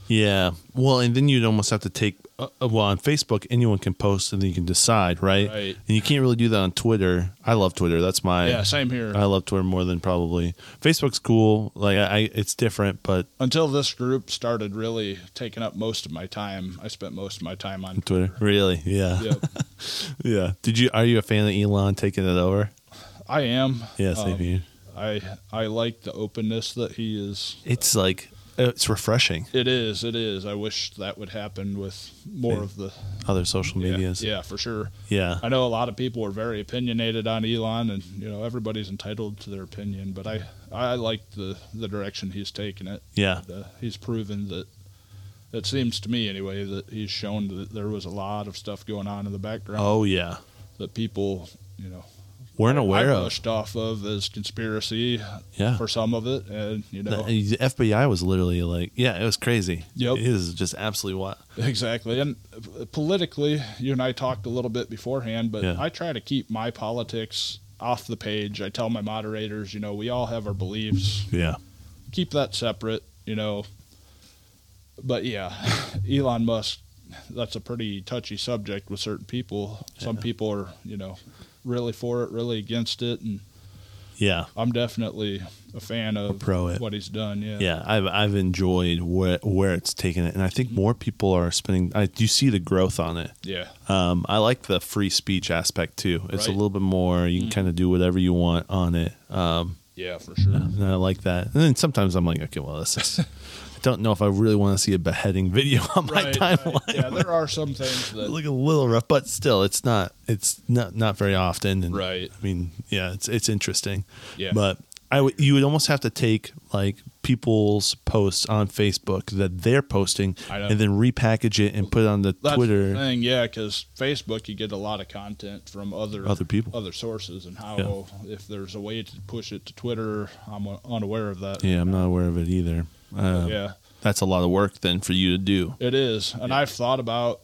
[SPEAKER 1] Yeah. Well, and then you'd almost have to take. Uh, uh, well, on Facebook, anyone can post, and then you can decide, right?
[SPEAKER 2] Right.
[SPEAKER 1] And you can't really do that on Twitter. I love Twitter. That's my.
[SPEAKER 2] yeah, same here.
[SPEAKER 1] I love Twitter more than probably Facebook's cool. Like I, I it's different, but
[SPEAKER 2] Until this group started really taking up most of my time, I spent most of my time on
[SPEAKER 1] Twitter really, yeah,
[SPEAKER 2] Yep,
[SPEAKER 1] yeah. Did you? Are you a fan of Elon taking it over?
[SPEAKER 2] I am.
[SPEAKER 1] Yeah, same
[SPEAKER 2] Um,
[SPEAKER 1] here.
[SPEAKER 2] I I like the openness that he is
[SPEAKER 1] It's like uh, it's refreshing.
[SPEAKER 2] It is. It is. I wish that would happen with more
[SPEAKER 1] Yeah.
[SPEAKER 2] of the
[SPEAKER 1] Other social
[SPEAKER 2] yeah,
[SPEAKER 1] medias,
[SPEAKER 2] Yeah, for sure.
[SPEAKER 1] yeah,
[SPEAKER 2] I know a lot of people are very opinionated on Elon, and you know everybody's entitled to their opinion. But I, I like the the direction he's taken it.
[SPEAKER 1] yeah,
[SPEAKER 2] Uh, he's proven that. It seems to me, anyway, that he's shown that there was a lot of stuff going on in the background
[SPEAKER 1] Oh yeah,
[SPEAKER 2] that people, you know,
[SPEAKER 1] weren't aware
[SPEAKER 2] I
[SPEAKER 1] of.
[SPEAKER 2] brushed off of as conspiracy
[SPEAKER 1] Yeah,
[SPEAKER 2] for some of it, and you know,
[SPEAKER 1] the FBI was literally like, yeah, it was crazy.
[SPEAKER 2] Yep.
[SPEAKER 1] it is just absolutely wild.
[SPEAKER 2] Exactly. And politically, you and I talked a little bit beforehand, but
[SPEAKER 1] Yeah.
[SPEAKER 2] I try to keep my politics off the page. I tell my moderators, you know, we all have our beliefs,
[SPEAKER 1] Yeah,
[SPEAKER 2] keep that separate, you know. But yeah, Elon Musk, that's a pretty touchy subject with certain people. Some people are, you know, really for it, really against it. And
[SPEAKER 1] yeah.
[SPEAKER 2] I'm definitely a fan of
[SPEAKER 1] pro it.
[SPEAKER 2] what he's done. Yeah.
[SPEAKER 1] yeah i've i've enjoyed where where it's taken it and i
[SPEAKER 2] Mm-hmm.
[SPEAKER 1] think more people are spending i do see the growth on it
[SPEAKER 2] Yeah.
[SPEAKER 1] um i like the free speech aspect too it's a
[SPEAKER 2] Right. Mm.
[SPEAKER 1] little bit more you can kind of do whatever you want on it um
[SPEAKER 2] Yeah, for sure.
[SPEAKER 1] and i like that and then sometimes i'm like okay well this is i don't know if i really want to see a beheading video on my
[SPEAKER 2] Right, right.
[SPEAKER 1] timeline
[SPEAKER 2] Yeah, there are some things that
[SPEAKER 1] look a little rough but still it's not it's not not very often and
[SPEAKER 2] Right.
[SPEAKER 1] i mean yeah it's it's interesting
[SPEAKER 2] Yeah.
[SPEAKER 1] but I would you would almost have to take like people's posts on Facebook that they're posting
[SPEAKER 2] I know.
[SPEAKER 1] and then repackage it and put it on the
[SPEAKER 2] That's
[SPEAKER 1] Twitter.
[SPEAKER 2] the thing, yeah, because Facebook you get a lot of content from other
[SPEAKER 1] Other people.
[SPEAKER 2] other sources, and how if there's a way to push it to Twitter, I'm uh, unaware of that.
[SPEAKER 1] Yeah, I'm not aware of it either. Uh,
[SPEAKER 2] Yeah,
[SPEAKER 1] That's a lot of work then for you to do.
[SPEAKER 2] it is, and I've thought about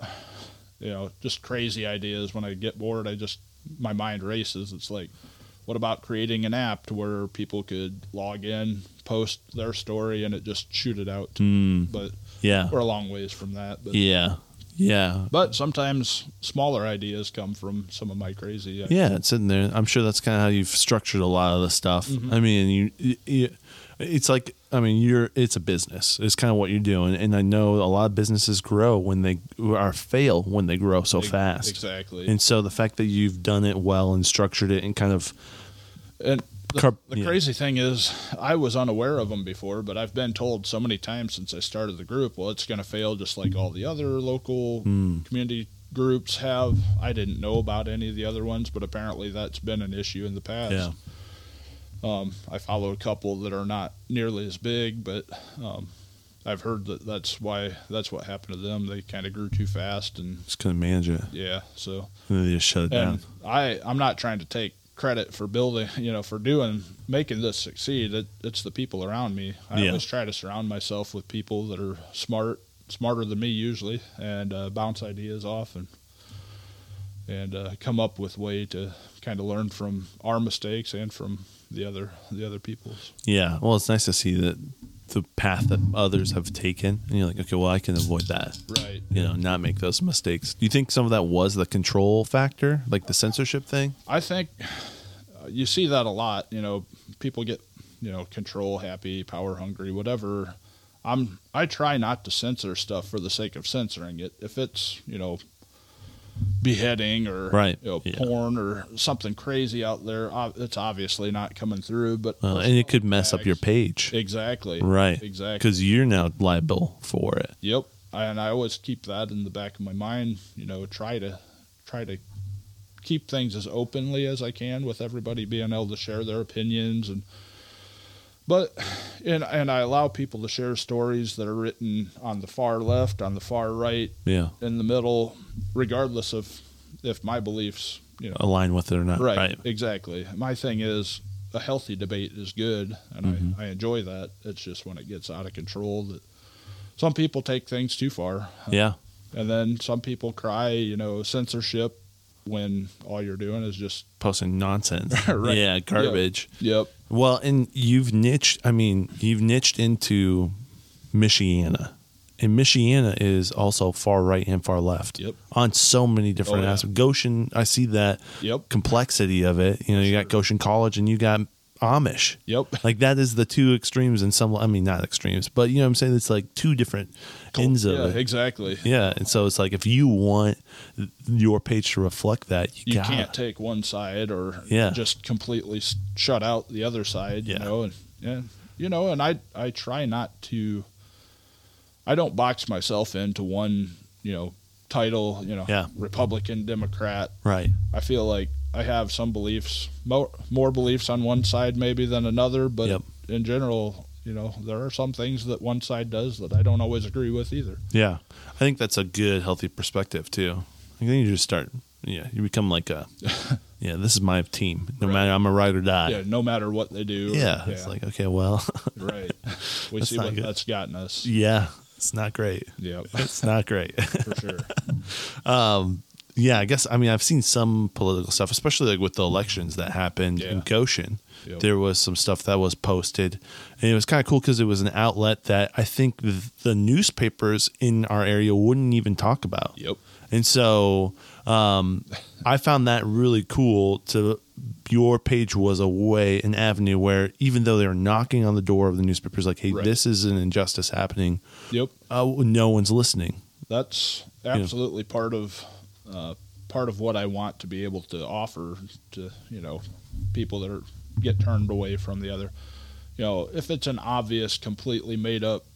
[SPEAKER 2] you know just crazy ideas. When I get bored, I just my mind races. It's like, what about creating an app to where people could log in, post their story, and it just shoot it out?
[SPEAKER 1] Mm,
[SPEAKER 2] But
[SPEAKER 1] yeah,
[SPEAKER 2] we're a long ways from that. But,
[SPEAKER 1] yeah, yeah,
[SPEAKER 2] but sometimes smaller ideas come from some of my crazy.
[SPEAKER 1] yeah. It's in there. I'm sure that's kind of how you've structured a lot of the stuff.
[SPEAKER 2] Mm-hmm.
[SPEAKER 1] I mean, you, you, it's like I mean, you're it's a business. It's kind of what you're doing, and I know a lot of businesses grow when they or fail when they grow so
[SPEAKER 2] Ex-
[SPEAKER 1] fast.
[SPEAKER 2] Exactly.
[SPEAKER 1] And so the fact that you've done it well and structured it and kind of
[SPEAKER 2] And the,
[SPEAKER 1] Carp-
[SPEAKER 2] the
[SPEAKER 1] yeah.
[SPEAKER 2] crazy thing is, I was unaware of them before, but I've been told so many times since I started the group, well, it's going to fail just like all the other local
[SPEAKER 1] Hmm.
[SPEAKER 2] community groups have. I didn't know about any of the other ones, but apparently that's been an issue in the past.
[SPEAKER 1] Yeah.
[SPEAKER 2] Um, I follow a couple that are not nearly as big, but um, I've heard that that's why that's what happened to them. They kind of grew too fast, and
[SPEAKER 1] Just couldn't manage it.
[SPEAKER 2] yeah, so
[SPEAKER 1] And then they just shut it down.
[SPEAKER 2] and I I'm not trying to take credit for building, you know, for doing making this succeed. It, it's the people around me. I
[SPEAKER 1] Yeah.
[SPEAKER 2] always try to surround myself with people that are smart, smarter than me usually, and uh, bounce ideas off and and uh, come up with way to kind of learn from our mistakes and from the other the other people's.
[SPEAKER 1] Yeah. Well, it's nice to see that the path that others have taken, and you're like, okay, well, I can avoid that.
[SPEAKER 2] Right.
[SPEAKER 1] You know, not make those mistakes. Do you think some of that was the control factor, like the censorship thing?
[SPEAKER 2] I think uh, you see that a lot. You know, people get you know control happy, power hungry, whatever. I'm I try not to censor stuff for the sake of censoring it. If it's you know beheading or
[SPEAKER 1] Right,
[SPEAKER 2] you know,
[SPEAKER 1] yeah.
[SPEAKER 2] porn or something crazy out there, ob- it's obviously not coming through. But
[SPEAKER 1] Uh, and it could mess up your page,
[SPEAKER 2] exactly
[SPEAKER 1] right?
[SPEAKER 2] exactly
[SPEAKER 1] Because you're now liable for it.
[SPEAKER 2] Yep. And I always keep that in the back of my mind, you know, try to try to keep things as openly as I can with everybody being able to share their opinions and but and and I allow people to share stories that are written on the far left, on the far right,
[SPEAKER 1] Yeah.
[SPEAKER 2] in the middle, regardless of if my beliefs, you know,
[SPEAKER 1] Align with it or not.
[SPEAKER 2] right,
[SPEAKER 1] Right.
[SPEAKER 2] exactly. My thing is a healthy debate is good, and I, I enjoy that. It's just when it gets out of control that some people take things too far,
[SPEAKER 1] Yeah.
[SPEAKER 2] and then some people cry, you know, censorship when all you're doing is just
[SPEAKER 1] Posting nonsense.
[SPEAKER 2] Right.
[SPEAKER 1] Yeah. Garbage.
[SPEAKER 2] yep,
[SPEAKER 1] Well, and you've niched, I mean, you've niched into Michiana. And Michiana is also far right and far left
[SPEAKER 2] Yep.
[SPEAKER 1] on so many different
[SPEAKER 2] Oh, yeah.
[SPEAKER 1] aspects. Goshen, I see that
[SPEAKER 2] Yep.
[SPEAKER 1] complexity of it. You know, you got Goshen College and you got Amish.
[SPEAKER 2] yep,
[SPEAKER 1] Like that is the two extremes in some I mean not extremes, but you know what I'm saying? It's like two different ends of
[SPEAKER 2] yeah,
[SPEAKER 1] it.
[SPEAKER 2] exactly.
[SPEAKER 1] Yeah. And so it's like if you want your page to reflect that, you,
[SPEAKER 2] You
[SPEAKER 1] gotta-
[SPEAKER 2] can't take one side or
[SPEAKER 1] Yeah.
[SPEAKER 2] just completely s- shut out the other side,
[SPEAKER 1] Yeah.
[SPEAKER 2] you know, and, and you know, and I I try not to. I don't box myself into one, you know, title, you know,
[SPEAKER 1] Yeah.
[SPEAKER 2] Republican, Democrat,
[SPEAKER 1] Right.
[SPEAKER 2] I feel like I have some beliefs, more, more beliefs on one side maybe than another, but
[SPEAKER 1] Yep.
[SPEAKER 2] in general, you know, there are some things that one side does that I don't always agree with either.
[SPEAKER 1] Yeah, I think that's a good, healthy perspective too. I think you just start. Yeah, you become like a. yeah, this is my team. No
[SPEAKER 2] Right.
[SPEAKER 1] matter I'm a ride or die.
[SPEAKER 2] yeah,
[SPEAKER 1] Yeah,
[SPEAKER 2] no matter what they do.
[SPEAKER 1] it's like okay, well,
[SPEAKER 2] right. We
[SPEAKER 1] That's
[SPEAKER 2] see
[SPEAKER 1] not
[SPEAKER 2] what
[SPEAKER 1] good.
[SPEAKER 2] that's gotten us.
[SPEAKER 1] yeah, it's not great.
[SPEAKER 2] Yeah,
[SPEAKER 1] It's not great.
[SPEAKER 2] for sure.
[SPEAKER 1] yeah, I guess I mean I've seen some political stuff, especially like with the elections that happened in
[SPEAKER 2] Yeah.
[SPEAKER 1] Goshen.
[SPEAKER 2] Yep.
[SPEAKER 1] There was some stuff that was posted, and it was kind of cool because it was an outlet that I think th- the newspapers in our area wouldn't even talk about.
[SPEAKER 2] Yep.
[SPEAKER 1] And so um, I found that really cool to your page was a way, an avenue where even though they were knocking on the door of the newspapers, like, hey,
[SPEAKER 2] Right.
[SPEAKER 1] this is an injustice happening,
[SPEAKER 2] Yep.
[SPEAKER 1] uh, no one's listening.
[SPEAKER 2] That's absolutely part of uh, part of what I want to be able to offer to you know people that are get turned away from the other. You know, if it's an obvious, completely made up,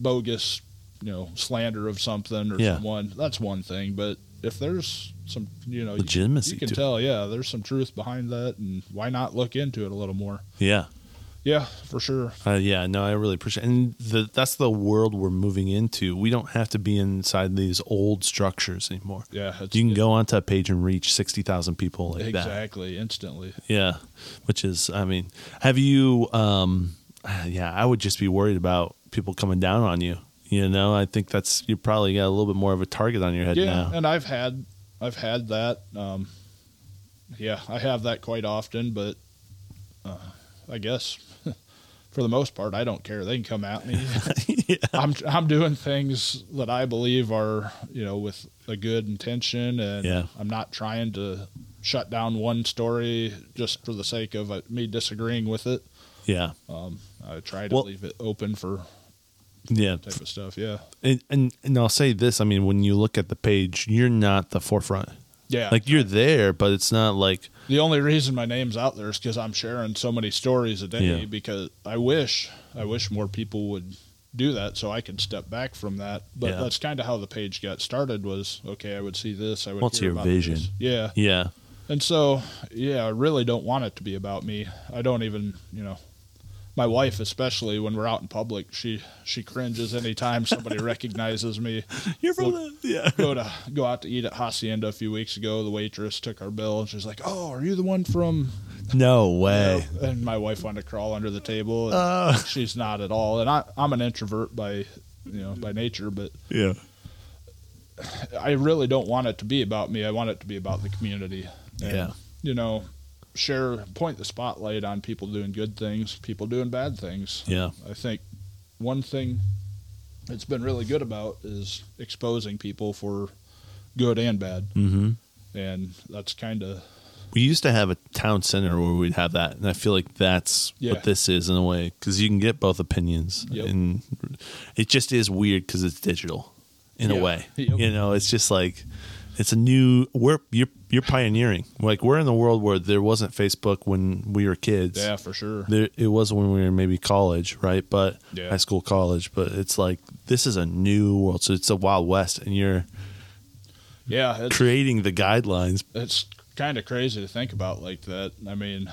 [SPEAKER 2] bogus, you know, slander of something or
[SPEAKER 1] Yeah.
[SPEAKER 2] someone, that's one thing. But if there's some, you know, you-
[SPEAKER 1] Legitimacy
[SPEAKER 2] you can
[SPEAKER 1] to it.
[SPEAKER 2] tell, yeah, there's some truth behind that, and why not look into it a little more?
[SPEAKER 1] Yeah.
[SPEAKER 2] Yeah, for sure.
[SPEAKER 1] Uh, yeah, no, I really appreciate, and the, that's the world we're moving into. We don't have to be inside these old structures anymore.
[SPEAKER 2] Yeah, it's,
[SPEAKER 1] You can go onto a page and reach sixty thousand people like that.
[SPEAKER 2] exactly instantly.
[SPEAKER 1] Yeah, which is, I mean, have you? um Yeah, I would just be worried about people coming down on you. You know, I think that's you probably got a little bit more of a target on your head
[SPEAKER 2] yeah
[SPEAKER 1] now.
[SPEAKER 2] and i've had i've had that um yeah i have that quite often but uh, i guess for the most part i don't care they can come at me
[SPEAKER 1] yeah,
[SPEAKER 2] i'm i'm doing things that i believe are you know with a good intention and
[SPEAKER 1] Yeah.
[SPEAKER 2] i'm not trying to shut down one story just for the sake of uh, me disagreeing with it Um,
[SPEAKER 1] yeah,
[SPEAKER 2] i try to
[SPEAKER 1] Well-
[SPEAKER 2] leave it open for
[SPEAKER 1] yeah.
[SPEAKER 2] type of stuff yeah
[SPEAKER 1] And, and and I'll say this. I mean, when you look at the page, you're not the forefront.
[SPEAKER 2] yeah
[SPEAKER 1] Like you're there, but it's not like
[SPEAKER 2] The only reason my name's out there is because I'm sharing so many stories a day.
[SPEAKER 1] Yeah.
[SPEAKER 2] Because I wish, I wish more people would do that, so I could step back from that. But
[SPEAKER 1] Yeah.
[SPEAKER 2] that's kind of how the page got started. Was okay, I would see this, I would.
[SPEAKER 1] What's
[SPEAKER 2] hear
[SPEAKER 1] your
[SPEAKER 2] about
[SPEAKER 1] vision?
[SPEAKER 2] this. Yeah,
[SPEAKER 1] yeah,
[SPEAKER 2] and so yeah, I really don't want it to be about me. I don't even, you know, my wife especially when we're out in public, she she cringes anytime somebody recognizes me.
[SPEAKER 1] You're from
[SPEAKER 2] Well-
[SPEAKER 1] the yeah.
[SPEAKER 2] Go to go out to eat at Hacienda a few weeks ago. The waitress took our bill and she's like, "Oh, are you the one from?"
[SPEAKER 1] No way.
[SPEAKER 2] And my wife wanted to crawl under the table. and
[SPEAKER 1] Uh.
[SPEAKER 2] She's not at all. And I I'm an introvert by you know by nature, but
[SPEAKER 1] Yeah.
[SPEAKER 2] I really don't want it to be about me. I want it to be about the community. And,
[SPEAKER 1] Yeah.
[SPEAKER 2] You know, share, point the spotlight on people doing good things, people doing bad things.
[SPEAKER 1] Yeah.
[SPEAKER 2] I think one thing it's been really good about is exposing people for good and bad.
[SPEAKER 1] Mm-hmm.
[SPEAKER 2] And that's kind of,
[SPEAKER 1] We used to have a town center where we'd have that, and I feel like that's
[SPEAKER 2] Yeah.
[SPEAKER 1] what this is in a way because you can get both opinions,
[SPEAKER 2] Yep.
[SPEAKER 1] and it just is weird because it's digital in
[SPEAKER 2] Yeah.
[SPEAKER 1] a way.
[SPEAKER 2] Yep.
[SPEAKER 1] You know, it's just like it's a new we're you're you're pioneering. Like we're in the world where there wasn't Facebook when we were kids.
[SPEAKER 2] yeah, for sure.
[SPEAKER 1] There, it was when we were maybe college, right? But
[SPEAKER 2] Yeah.
[SPEAKER 1] high school, college. But it's like this is a new world, so it's a wild west, and you're
[SPEAKER 2] Yeah. It's,
[SPEAKER 1] creating the guidelines.
[SPEAKER 2] it's kind of crazy to think about like that. I mean,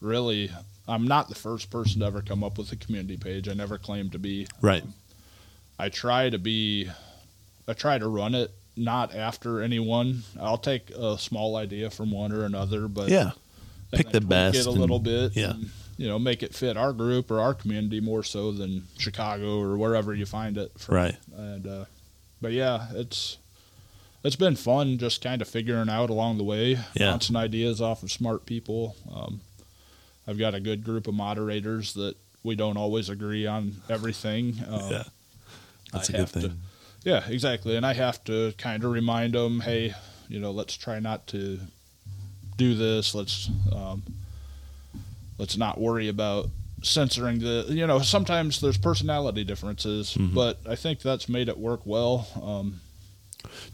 [SPEAKER 2] really, I'm not the first person to ever come up with a community page. I never claimed to be.
[SPEAKER 1] Right.
[SPEAKER 2] I try to be, I try to run it not after anyone. I'll take a small idea from one or another, but
[SPEAKER 1] Yeah.
[SPEAKER 2] then
[SPEAKER 1] pick
[SPEAKER 2] I
[SPEAKER 1] the
[SPEAKER 2] tweak
[SPEAKER 1] best
[SPEAKER 2] it a
[SPEAKER 1] and-
[SPEAKER 2] little bit.
[SPEAKER 1] yeah.
[SPEAKER 2] and, you know, make it fit our group or our community more so than Chicago or wherever you find it. From.
[SPEAKER 1] Right.
[SPEAKER 2] And uh, but yeah, it's it's been fun just kind of figuring out along the way,
[SPEAKER 1] Yeah.
[SPEAKER 2] bouncing ideas off of smart people. Um, I've got a good group of moderators that we don't always agree on everything. Um,
[SPEAKER 1] Yeah. That's
[SPEAKER 2] I
[SPEAKER 1] a good
[SPEAKER 2] have to-
[SPEAKER 1] thing.
[SPEAKER 2] yeah, exactly. And I have to kind of remind them, hey, you know, let's try not to do this. Let's um, let's not worry about censoring the. You know, sometimes there's personality differences,
[SPEAKER 1] Mm-hmm.
[SPEAKER 2] but I think that's made it work well. Um,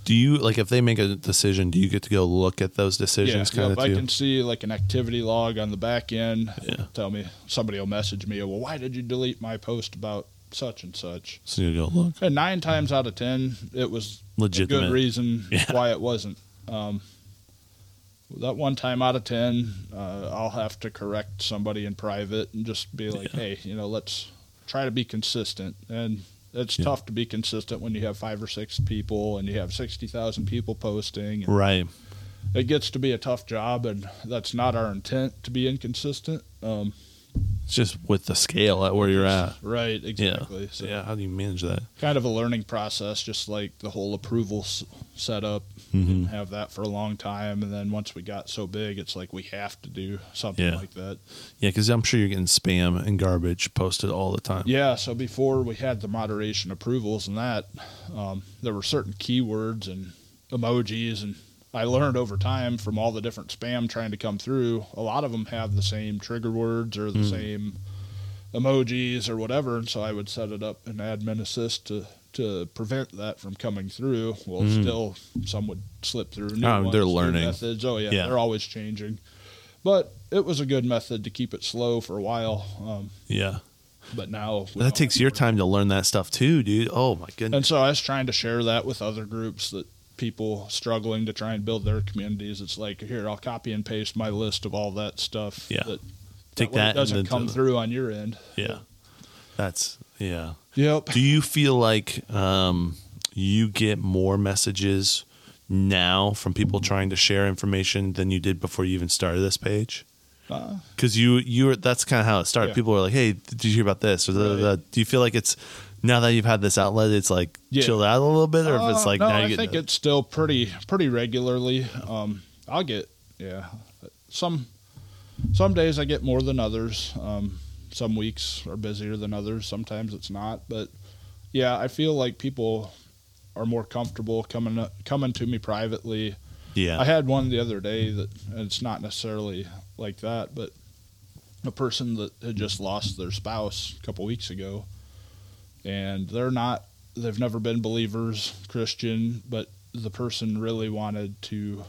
[SPEAKER 1] Do you like if they make a decision? Do you get to go look at those
[SPEAKER 2] yeah,
[SPEAKER 1] decisions, kind
[SPEAKER 2] yep,
[SPEAKER 1] of
[SPEAKER 2] I
[SPEAKER 1] too?
[SPEAKER 2] can see like an activity log on the back end.
[SPEAKER 1] Yeah.
[SPEAKER 2] Tell me, somebody will message me, well, why did you delete my post about such and such?
[SPEAKER 1] so you go look
[SPEAKER 2] And nine times out of ten, it was a
[SPEAKER 1] legitimate.
[SPEAKER 2] good reason
[SPEAKER 1] Yeah.
[SPEAKER 2] why it wasn't. Um, that one time out of ten, uh, I'll have to correct somebody in private and just be like,
[SPEAKER 1] Yeah.
[SPEAKER 2] "Hey, you know, let's try to be consistent." And it's
[SPEAKER 1] Yeah.
[SPEAKER 2] tough to be consistent when you have five or six people and you have sixty thousand people posting. And
[SPEAKER 1] right?
[SPEAKER 2] It gets to be a tough job, and that's not our intent to be inconsistent. Um,
[SPEAKER 1] It's just with the scale at where you're at.
[SPEAKER 2] right?
[SPEAKER 1] Yeah.
[SPEAKER 2] Exactly. So
[SPEAKER 1] yeah. How do you manage that?
[SPEAKER 2] kind of a learning process, just like the whole approval s- setup.
[SPEAKER 1] Mhm.
[SPEAKER 2] Have that for a long time, and then once we got so big, it's like we have to do something
[SPEAKER 1] Yeah.
[SPEAKER 2] like that.
[SPEAKER 1] Yeah, because I'm sure you're getting spam and garbage posted all the time.
[SPEAKER 2] Yeah. So before we had the moderation approvals and that, um, there were certain keywords and emojis, and I learned over time from all the different spam trying to come through. A lot of them have the same trigger words or the
[SPEAKER 1] Hmm.
[SPEAKER 2] same emojis or whatever, and so I would set it up in admin assist to to prevent that from coming through. Well, still some would slip through. New
[SPEAKER 1] Hmm. Oh, they're
[SPEAKER 2] ones, new
[SPEAKER 1] learning.
[SPEAKER 2] methods. Oh yeah,
[SPEAKER 1] Yeah.
[SPEAKER 2] they're always changing. But it was a good method to keep it slow for a while. Um,
[SPEAKER 1] Yeah.
[SPEAKER 2] but now
[SPEAKER 1] That
[SPEAKER 2] we don't
[SPEAKER 1] takes
[SPEAKER 2] have to
[SPEAKER 1] your
[SPEAKER 2] worry.
[SPEAKER 1] time to learn that stuff too, dude. Oh my goodness.
[SPEAKER 2] And so I was trying to share that with other groups that people struggling to try and build their communities. It's like here, I'll copy and paste my list of all that stuff.
[SPEAKER 1] Yeah.
[SPEAKER 2] That,
[SPEAKER 1] Take
[SPEAKER 2] way it
[SPEAKER 1] that,
[SPEAKER 2] doesn't
[SPEAKER 1] and then
[SPEAKER 2] come through on your end.
[SPEAKER 1] Yeah. That's yeah.
[SPEAKER 2] Yep.
[SPEAKER 1] Do you feel like um, you get more messages now from people trying to share information than you did before you even started this page?
[SPEAKER 2] Uh,
[SPEAKER 1] because you you were that's kind of how it started.
[SPEAKER 2] Yeah.
[SPEAKER 1] People were like, "Hey, did you hear about this?" Or da- da- da.
[SPEAKER 2] Right.
[SPEAKER 1] do you feel like it's now that you've had this outlet, it's like
[SPEAKER 2] Yeah.
[SPEAKER 1] chilled out a little bit, or if
[SPEAKER 2] Uh,
[SPEAKER 1] it's like
[SPEAKER 2] no,
[SPEAKER 1] now
[SPEAKER 2] I
[SPEAKER 1] you get
[SPEAKER 2] think it's still pretty pretty regularly. Um, I'll get yeah, some some days I get more than others. Um, some weeks are busier than others. Sometimes it's not, but yeah, I feel like people are more comfortable coming up, coming to me privately.
[SPEAKER 1] yeah,
[SPEAKER 2] I had one the other day that and it's not necessarily like that, but a person that had just lost their spouse a couple weeks ago, and they're not they've never been believers, Christian, but the person really wanted to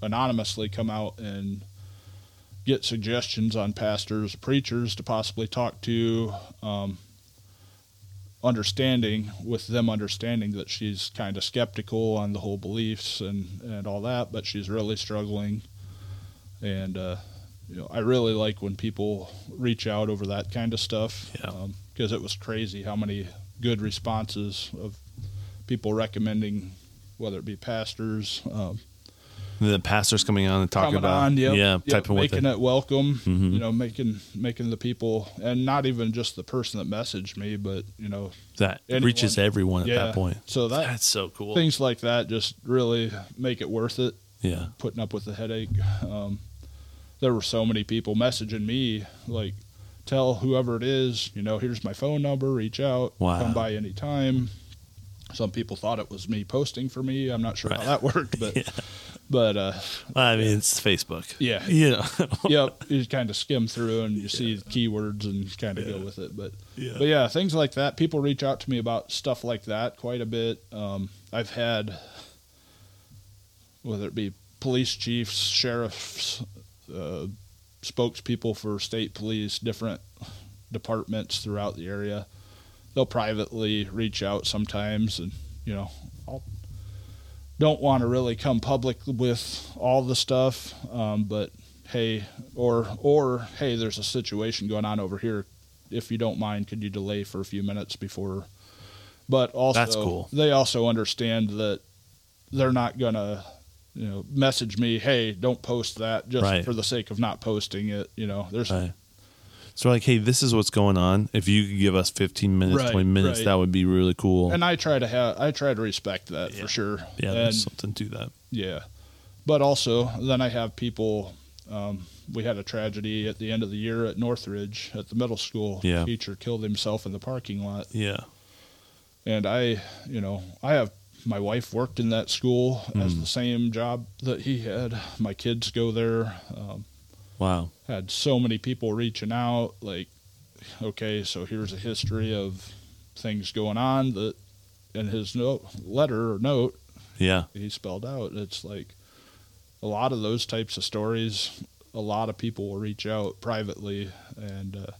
[SPEAKER 2] anonymously come out and get suggestions on pastors, preachers to possibly talk to, um, understanding with them understanding that she's kind of skeptical on the whole beliefs and and all that but she's really struggling and uh you know, I really like when people reach out over that kind of stuff
[SPEAKER 1] Yeah.
[SPEAKER 2] because it was crazy how many good responses of people recommending, whether it be pastors, um,
[SPEAKER 1] And the pastors coming on and talking
[SPEAKER 2] coming
[SPEAKER 1] about
[SPEAKER 2] on, yep,
[SPEAKER 1] yeah,
[SPEAKER 2] yep,
[SPEAKER 1] typing with
[SPEAKER 2] making
[SPEAKER 1] it.
[SPEAKER 2] it, welcome,
[SPEAKER 1] Mhm.
[SPEAKER 2] you know, making making the people, and not even just the person that messaged me, but you know,
[SPEAKER 1] that
[SPEAKER 2] anyone-
[SPEAKER 1] reaches everyone at
[SPEAKER 2] yeah.
[SPEAKER 1] that point.
[SPEAKER 2] So that
[SPEAKER 1] That's so cool.
[SPEAKER 2] things like that just really make it worth it.
[SPEAKER 1] yeah.
[SPEAKER 2] putting up with the headache. Um, there were so many people messaging me, like, tell whoever it is, you know, here's my phone number, reach out,
[SPEAKER 1] Wow.
[SPEAKER 2] come by anytime. Some people thought it was me posting for me. I'm not sure
[SPEAKER 1] Right.
[SPEAKER 2] how that worked, but,
[SPEAKER 1] Yeah.
[SPEAKER 2] but, uh,
[SPEAKER 1] I mean, it's Facebook.
[SPEAKER 2] Yeah.
[SPEAKER 1] Yeah.
[SPEAKER 2] yep, you kind of skim through and you see keywords and kind of go with it. But,
[SPEAKER 1] Yeah.
[SPEAKER 2] but yeah, things like that. People reach out to me about stuff like that quite a bit. Um, I've had, whether it be police chiefs, sheriffs, uh, spokespeople for state police, different departments throughout the area, they'll privately reach out sometimes, and you know, I'll don't want to really come public with all the stuff, um, but hey, or or hey, there's a situation going on over here. If you don't mind, could you delay for a few minutes before? But also,
[SPEAKER 1] That's cool.
[SPEAKER 2] they also understand that they're not gonna, you know, message me, hey, don't post that just
[SPEAKER 1] Right.
[SPEAKER 2] for the sake of not posting it. You know, there's
[SPEAKER 1] Right. So like, hey, this is what's going on. If you could give us 15 minutes,
[SPEAKER 2] Right,
[SPEAKER 1] 20 minutes,
[SPEAKER 2] right.
[SPEAKER 1] that would be really cool.
[SPEAKER 2] and I try to have I try to respect that
[SPEAKER 1] Yeah.
[SPEAKER 2] for sure.
[SPEAKER 1] yeah,
[SPEAKER 2] and,
[SPEAKER 1] there's something to that.
[SPEAKER 2] Yeah. But also, then I have people. Um, we had a tragedy at the end of the year at Northridge at the middle school.
[SPEAKER 1] Yeah.
[SPEAKER 2] Teacher killed himself in the parking lot.
[SPEAKER 1] Yeah.
[SPEAKER 2] And I, you know, I have my wife worked in that school as the same job that he had. My kids go there. Um,
[SPEAKER 1] Wow.
[SPEAKER 2] had so many people reaching out like okay so here's a history of things going on that in his note letter or note
[SPEAKER 1] Yeah.
[SPEAKER 2] he spelled out it's like a lot of those types of stories a lot of people will reach out privately and uh,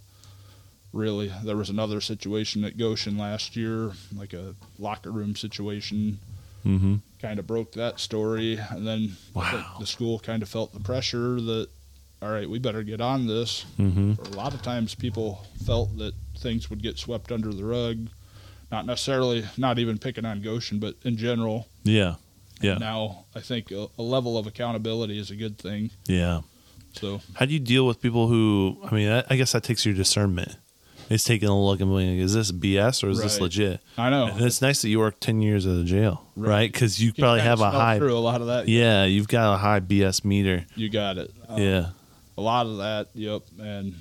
[SPEAKER 2] really there was another situation at goshen last year like a locker room situation
[SPEAKER 1] Mm-hmm.
[SPEAKER 2] kind of broke that story and then I think
[SPEAKER 1] Wow.
[SPEAKER 2] the school kind of felt the pressure that all right we better get on this
[SPEAKER 1] Mm-hmm.
[SPEAKER 2] a lot of times people felt that things would get swept under the rug not necessarily not even picking on goshen but in general
[SPEAKER 1] Yeah. Yeah.
[SPEAKER 2] now i think a, a level of accountability is a good thing
[SPEAKER 1] Yeah.
[SPEAKER 2] so
[SPEAKER 1] How do you deal with people who? I mean, I, I guess that takes your discernment. It's taking a look and being like, is this BS or is this
[SPEAKER 2] Right.
[SPEAKER 1] legit?
[SPEAKER 2] i know
[SPEAKER 1] And it's nice that you worked 10 years at a jail,
[SPEAKER 2] Right.
[SPEAKER 1] right? Because you
[SPEAKER 2] You
[SPEAKER 1] probably
[SPEAKER 2] kinda
[SPEAKER 1] have a
[SPEAKER 2] smell
[SPEAKER 1] high,
[SPEAKER 2] through a lot of that
[SPEAKER 1] yeah, you've got a high BS meter.
[SPEAKER 2] you got it Um,
[SPEAKER 1] yeah.
[SPEAKER 2] a lot of that yep and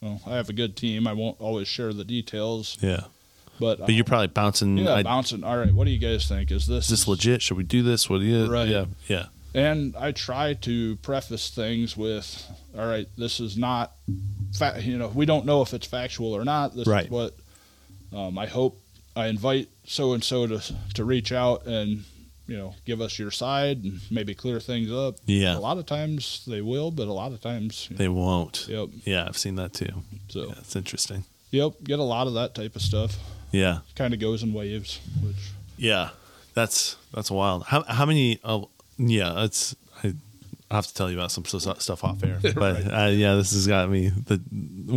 [SPEAKER 2] well i have a good team i won't always share the details
[SPEAKER 1] Yeah.
[SPEAKER 2] but uh,
[SPEAKER 1] But you're probably bouncing.
[SPEAKER 2] yeah,
[SPEAKER 1] I-
[SPEAKER 2] bouncing. All right, what do you guys think? Is this
[SPEAKER 1] is this legit? Should we do this? What do you?
[SPEAKER 2] Right.
[SPEAKER 1] Yeah. Yeah.
[SPEAKER 2] And I try to preface things with, all right, this is not, fa- you know, we don't know if it's factual or not. This
[SPEAKER 1] Right.
[SPEAKER 2] is what um, I hope I invite so and so to to reach out and you know give us your side and maybe clear things up.
[SPEAKER 1] Yeah.
[SPEAKER 2] A lot of times they will, but a lot of times,
[SPEAKER 1] They won't.
[SPEAKER 2] yep.
[SPEAKER 1] Yeah, I've seen that too.
[SPEAKER 2] So
[SPEAKER 1] That's interesting.
[SPEAKER 2] yep, get a lot of that type of stuff.
[SPEAKER 1] Yeah.
[SPEAKER 2] Kind of goes in waves, which
[SPEAKER 1] Yeah. That's that's wild. How how many? Oh, yeah. It's I, I have to tell you about some stuff stuff off air, but uh, yeah, this has got me the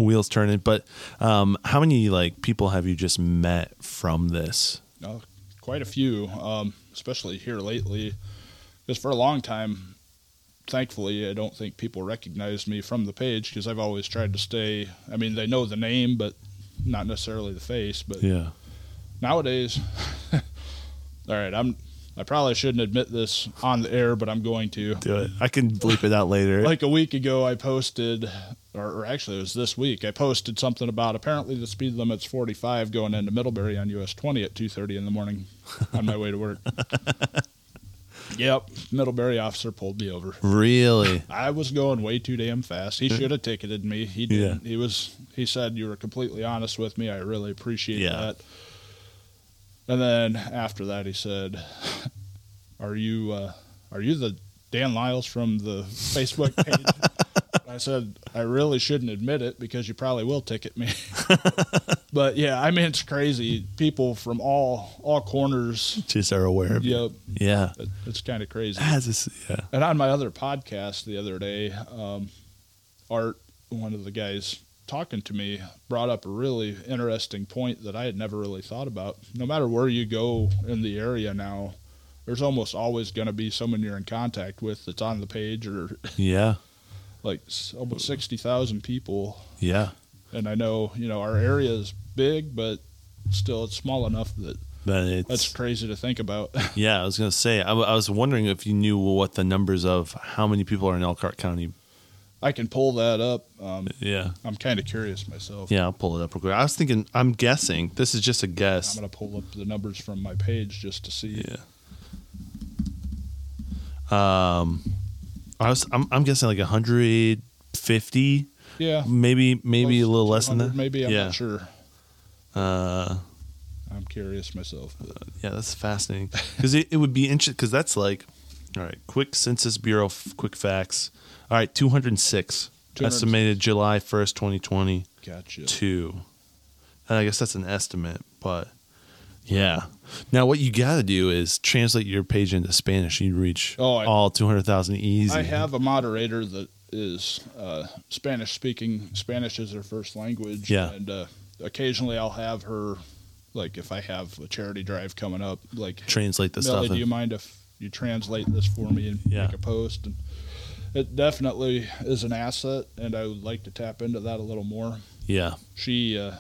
[SPEAKER 1] wheels turning. But um, how many like people have you just met from this?
[SPEAKER 2] Uh, quite a few, um, especially here lately. Because for a long time, thankfully, I don't think people recognized me from the page because I've always tried to stay. I mean, they know the name, but not necessarily the face. But
[SPEAKER 1] Yeah.
[SPEAKER 2] nowadays, all right, I'm. I probably shouldn't admit this on the air, but I'm going to.
[SPEAKER 1] Do it. I can bleep it out later.
[SPEAKER 2] Like a week ago, I posted, or, or actually it was this week, I posted something about apparently the speed limit's 45 going into Middlebury on US 20 at 2:30 in the morning on my way to work. yep, Middlebury officer pulled me over.
[SPEAKER 1] really?
[SPEAKER 2] I was going way too damn fast. He should have ticketed me. He didn't. He was. He said you were completely honest with me. I really appreciate
[SPEAKER 1] Yeah.
[SPEAKER 2] that. And then after that, he said, "Are you uh, are you the Dan Lyles from the Facebook page?" I said, "I really shouldn't admit it because you probably will ticket me." but yeah, I mean it's crazy. People from all all corners.
[SPEAKER 1] Just are aware of
[SPEAKER 2] Yep,
[SPEAKER 1] it. Yeah.
[SPEAKER 2] it, it's kind of crazy.
[SPEAKER 1] That's just- yeah.
[SPEAKER 2] And on my other podcast the other day, um, Art, one of the guys talking to me, brought up a really interesting point that I had never really thought about. No matter where you go in the area now, there's almost always going to be someone you're in contact with that's on the page or
[SPEAKER 1] Yeah.
[SPEAKER 2] like s- almost 60,000 people.
[SPEAKER 1] Yeah.
[SPEAKER 2] And I know, you know, our area is big, but still it's small enough that
[SPEAKER 1] But it's
[SPEAKER 2] that's crazy to think about.
[SPEAKER 1] yeah. I was gonna say. I, w- I was wondering if you knew what the numbers of how many people are in Elkhart County.
[SPEAKER 2] I can pull that up. Um,
[SPEAKER 1] Yeah.
[SPEAKER 2] I'm kind of curious myself.
[SPEAKER 1] Yeah. I'll pull it up real quick. I was thinking. I'm guessing. This is just a
[SPEAKER 2] I'm
[SPEAKER 1] guess.
[SPEAKER 2] going to pull up the numbers from my page just to see.
[SPEAKER 1] Yeah. Um, I was. I'm, I'm guessing like 150,
[SPEAKER 2] Yeah.
[SPEAKER 1] maybe maybe a
[SPEAKER 2] Close
[SPEAKER 1] little
[SPEAKER 2] to
[SPEAKER 1] less than
[SPEAKER 2] 200,
[SPEAKER 1] that.
[SPEAKER 2] Maybe I'm
[SPEAKER 1] yeah.
[SPEAKER 2] not sure.
[SPEAKER 1] Uh,
[SPEAKER 2] I'm curious myself. but-
[SPEAKER 1] yeah, that's fascinating because it, it would be interesting because that's like, all right, quick Census Bureau, f- quick facts. All right, 206 estimated July 1st, 2020.
[SPEAKER 2] Gotcha.
[SPEAKER 1] two. And I guess that's an estimate, but yeah. Now what you got to do is translate your page into Spanish. You reach
[SPEAKER 2] Oh, I-
[SPEAKER 1] all two hundred thousand easy.
[SPEAKER 2] I have a moderator that is uh, Spanish speaking. Spanish is their first language.
[SPEAKER 1] Yeah.
[SPEAKER 2] And uh, occasionally I'll have her, like if I have a charity drive coming up, like,
[SPEAKER 1] translate the
[SPEAKER 2] Melly,
[SPEAKER 1] stuff.
[SPEAKER 2] do
[SPEAKER 1] in.
[SPEAKER 2] you mind if you translate this for me and
[SPEAKER 1] Yeah.
[SPEAKER 2] make a post? And it definitely is an asset, and I would like to tap into that a little more.
[SPEAKER 1] yeah,
[SPEAKER 2] she uh,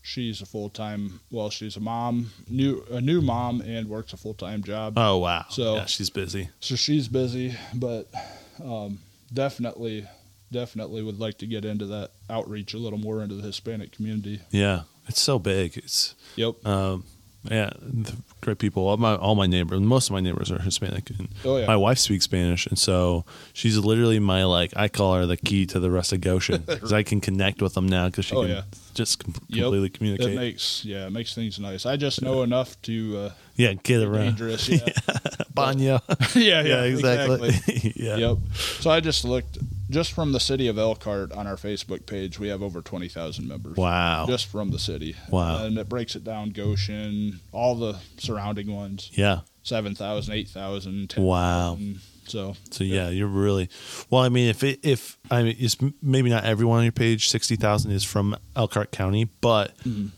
[SPEAKER 2] she's a full time. Well, she's a mom, new a new mom, and works a full time job.
[SPEAKER 1] Oh wow.
[SPEAKER 2] So-
[SPEAKER 1] yeah, she's busy.
[SPEAKER 2] so she's busy, but um, definitely, definitely would like to get into that outreach a little more into the Hispanic community.
[SPEAKER 1] Yeah, it's so big. It's
[SPEAKER 2] Yep.
[SPEAKER 1] um, yeah, th- great people. All my all my neighbors, most of my neighbors are Hispanic, and
[SPEAKER 2] Oh, yeah.
[SPEAKER 1] my wife speaks Spanish, and so she's literally my like I call her the key to the rest of Goshen because I can connect with them now because she
[SPEAKER 2] Oh,
[SPEAKER 1] can
[SPEAKER 2] yeah.
[SPEAKER 1] just com-
[SPEAKER 2] Yep.
[SPEAKER 1] completely
[SPEAKER 2] It
[SPEAKER 1] communicate.
[SPEAKER 2] makes yeah, it makes things nice. I just know enough to uh,
[SPEAKER 1] yeah, get around.
[SPEAKER 2] dangerous. Yeah,
[SPEAKER 1] Banya.
[SPEAKER 2] yeah, yeah,
[SPEAKER 1] yeah.
[SPEAKER 2] Yep. So I just looked just from the city of Elkhart on our Facebook page. We have over twenty thousand members.
[SPEAKER 1] Wow.
[SPEAKER 2] just from the city.
[SPEAKER 1] Wow.
[SPEAKER 2] And it breaks it down Goshen, all the surrounding ones,
[SPEAKER 1] yeah.
[SPEAKER 2] 7,000, 8,000, 10,000.
[SPEAKER 1] Wow.
[SPEAKER 2] Mm, So,
[SPEAKER 1] So yeah, you're really well. I mean, if it, if I mean, it's m- maybe not everyone on your page. Sixty thousand is from Elkhart County, but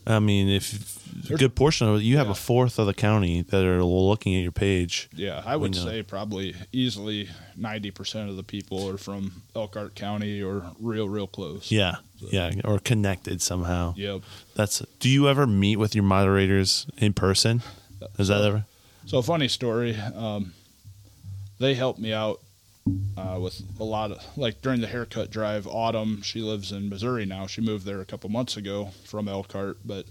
[SPEAKER 1] I mean, if a good portion of it, you have
[SPEAKER 2] Mm-hmm. Yeah.
[SPEAKER 1] a fourth of the county that are looking at your page.
[SPEAKER 2] yeah, I would
[SPEAKER 1] know.
[SPEAKER 2] say probably easily 90% of the people are from Elkhart County or real, real close.
[SPEAKER 1] Yeah, yeah, or connected somehow.
[SPEAKER 2] Yep.
[SPEAKER 1] That's. Do you ever meet with your moderators in person? Is that ever?
[SPEAKER 2] So, funny story. Um, they helped me out uh, with a lot of, like during the haircut drive, Autumn, she lives in Missouri now. She moved there a couple months ago from Elkhart, but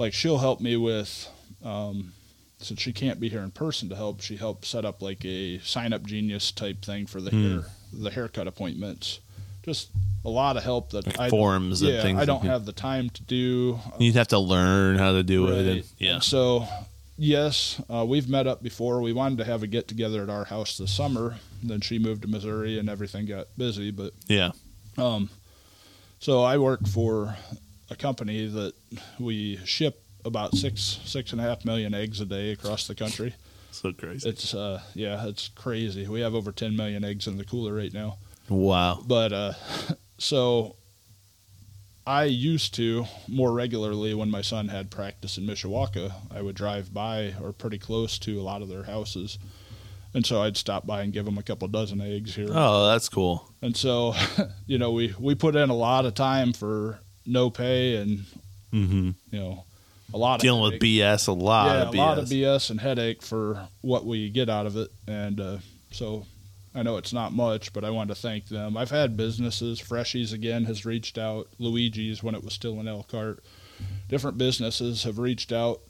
[SPEAKER 2] like she'll help me with, um, since she can't be here in person to help, she helped set up like a sign up genius type thing for the
[SPEAKER 1] Hmm.
[SPEAKER 2] hair, the haircut appointments. Just a lot of help that
[SPEAKER 1] Like
[SPEAKER 2] I,
[SPEAKER 1] forums and
[SPEAKER 2] yeah,
[SPEAKER 1] things
[SPEAKER 2] I
[SPEAKER 1] that
[SPEAKER 2] don't
[SPEAKER 1] you-
[SPEAKER 2] have the time to do.
[SPEAKER 1] You'd have to learn how to do it.
[SPEAKER 2] Right.
[SPEAKER 1] And, yeah.
[SPEAKER 2] And so, yes, uh, we've met up before. We wanted to have a get together at our house this summer. Then she moved to Missouri and everything got busy. But
[SPEAKER 1] Yeah.
[SPEAKER 2] um, so I work for a company that we ship about six six and a half million eggs a day across the country.
[SPEAKER 1] So crazy.
[SPEAKER 2] It's uh, yeah, it's crazy. We have over ten million eggs in the cooler right now.
[SPEAKER 1] wow.
[SPEAKER 2] But uh, so I used to more regularly when my son had practice in Mishawaka, I would drive by or pretty close to a lot of their houses. And so I'd stop by and give them a couple dozen eggs here.
[SPEAKER 1] Oh, that's cool.
[SPEAKER 2] And so, you know, we, we put in a lot of time for no pay and,
[SPEAKER 1] Mm-hmm.
[SPEAKER 2] you know, a lot
[SPEAKER 1] dealing
[SPEAKER 2] of
[SPEAKER 1] with
[SPEAKER 2] headache.
[SPEAKER 1] BS, a lot
[SPEAKER 2] yeah,
[SPEAKER 1] of BS.
[SPEAKER 2] a lot of BS and headache for what we get out of it. And uh, so I know it's not much, but I wanted to thank them. I've had businesses, Freshies again has reached out, Luigi's when it was still in Elkhart. Different businesses have reached out.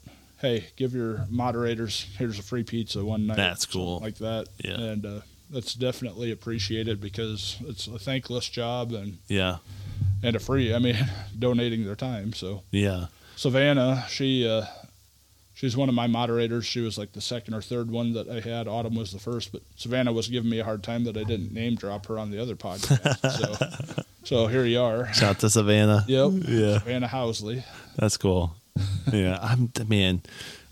[SPEAKER 2] Hey, give your moderators here's a free pizza one night.
[SPEAKER 1] That's
[SPEAKER 2] something
[SPEAKER 1] cool.
[SPEAKER 2] like that.
[SPEAKER 1] Yeah.
[SPEAKER 2] and uh, that's definitely appreciated because it's a thankless job and
[SPEAKER 1] Yeah,
[SPEAKER 2] and a free. I mean, donating their time. So
[SPEAKER 1] yeah,
[SPEAKER 2] Savannah, she uh, she's one of my moderators. She was like the second or third one that I had. Autumn was the first, but Savannah was giving me a hard time that I didn't name drop her on the other podcast. so, so here you are.
[SPEAKER 1] shout out to Savannah.
[SPEAKER 2] Yep.
[SPEAKER 1] Yeah,
[SPEAKER 2] Savannah Housley.
[SPEAKER 1] that's cool. yeah, I'm man.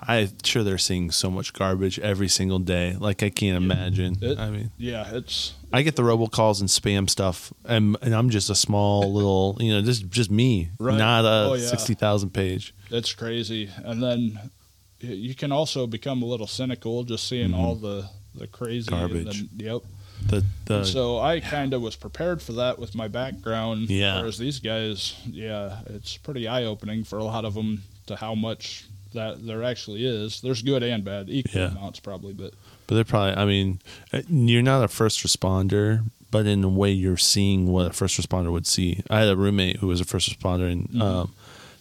[SPEAKER 1] I'm sure they're seeing so much garbage every single day. Like I can't imagine.
[SPEAKER 2] It-
[SPEAKER 1] I mean,
[SPEAKER 2] yeah, it's
[SPEAKER 1] I get the robocalls and spam stuff, and and I'm just a small little, you know, just just me,
[SPEAKER 2] Right.
[SPEAKER 1] not a
[SPEAKER 2] Oh, yeah.
[SPEAKER 1] sixty thousand page.
[SPEAKER 2] it's crazy. And then y- you can also become a little cynical just seeing all the the crazy and
[SPEAKER 1] Mm-hmm. Garbage.
[SPEAKER 2] the- yep.
[SPEAKER 1] The the
[SPEAKER 2] so I kind of was prepared for that with my background.
[SPEAKER 1] Yeah.
[SPEAKER 2] Whereas these guys, yeah, it's pretty eye opening for a lot of them to how much that there actually is. There's good and bad, equal
[SPEAKER 1] Yeah.
[SPEAKER 2] amounts probably, but
[SPEAKER 1] But they're probably, I mean, uh, you're not a first responder, but in a way, you're seeing what a first responder would see. I had a roommate who was a first responder, and um,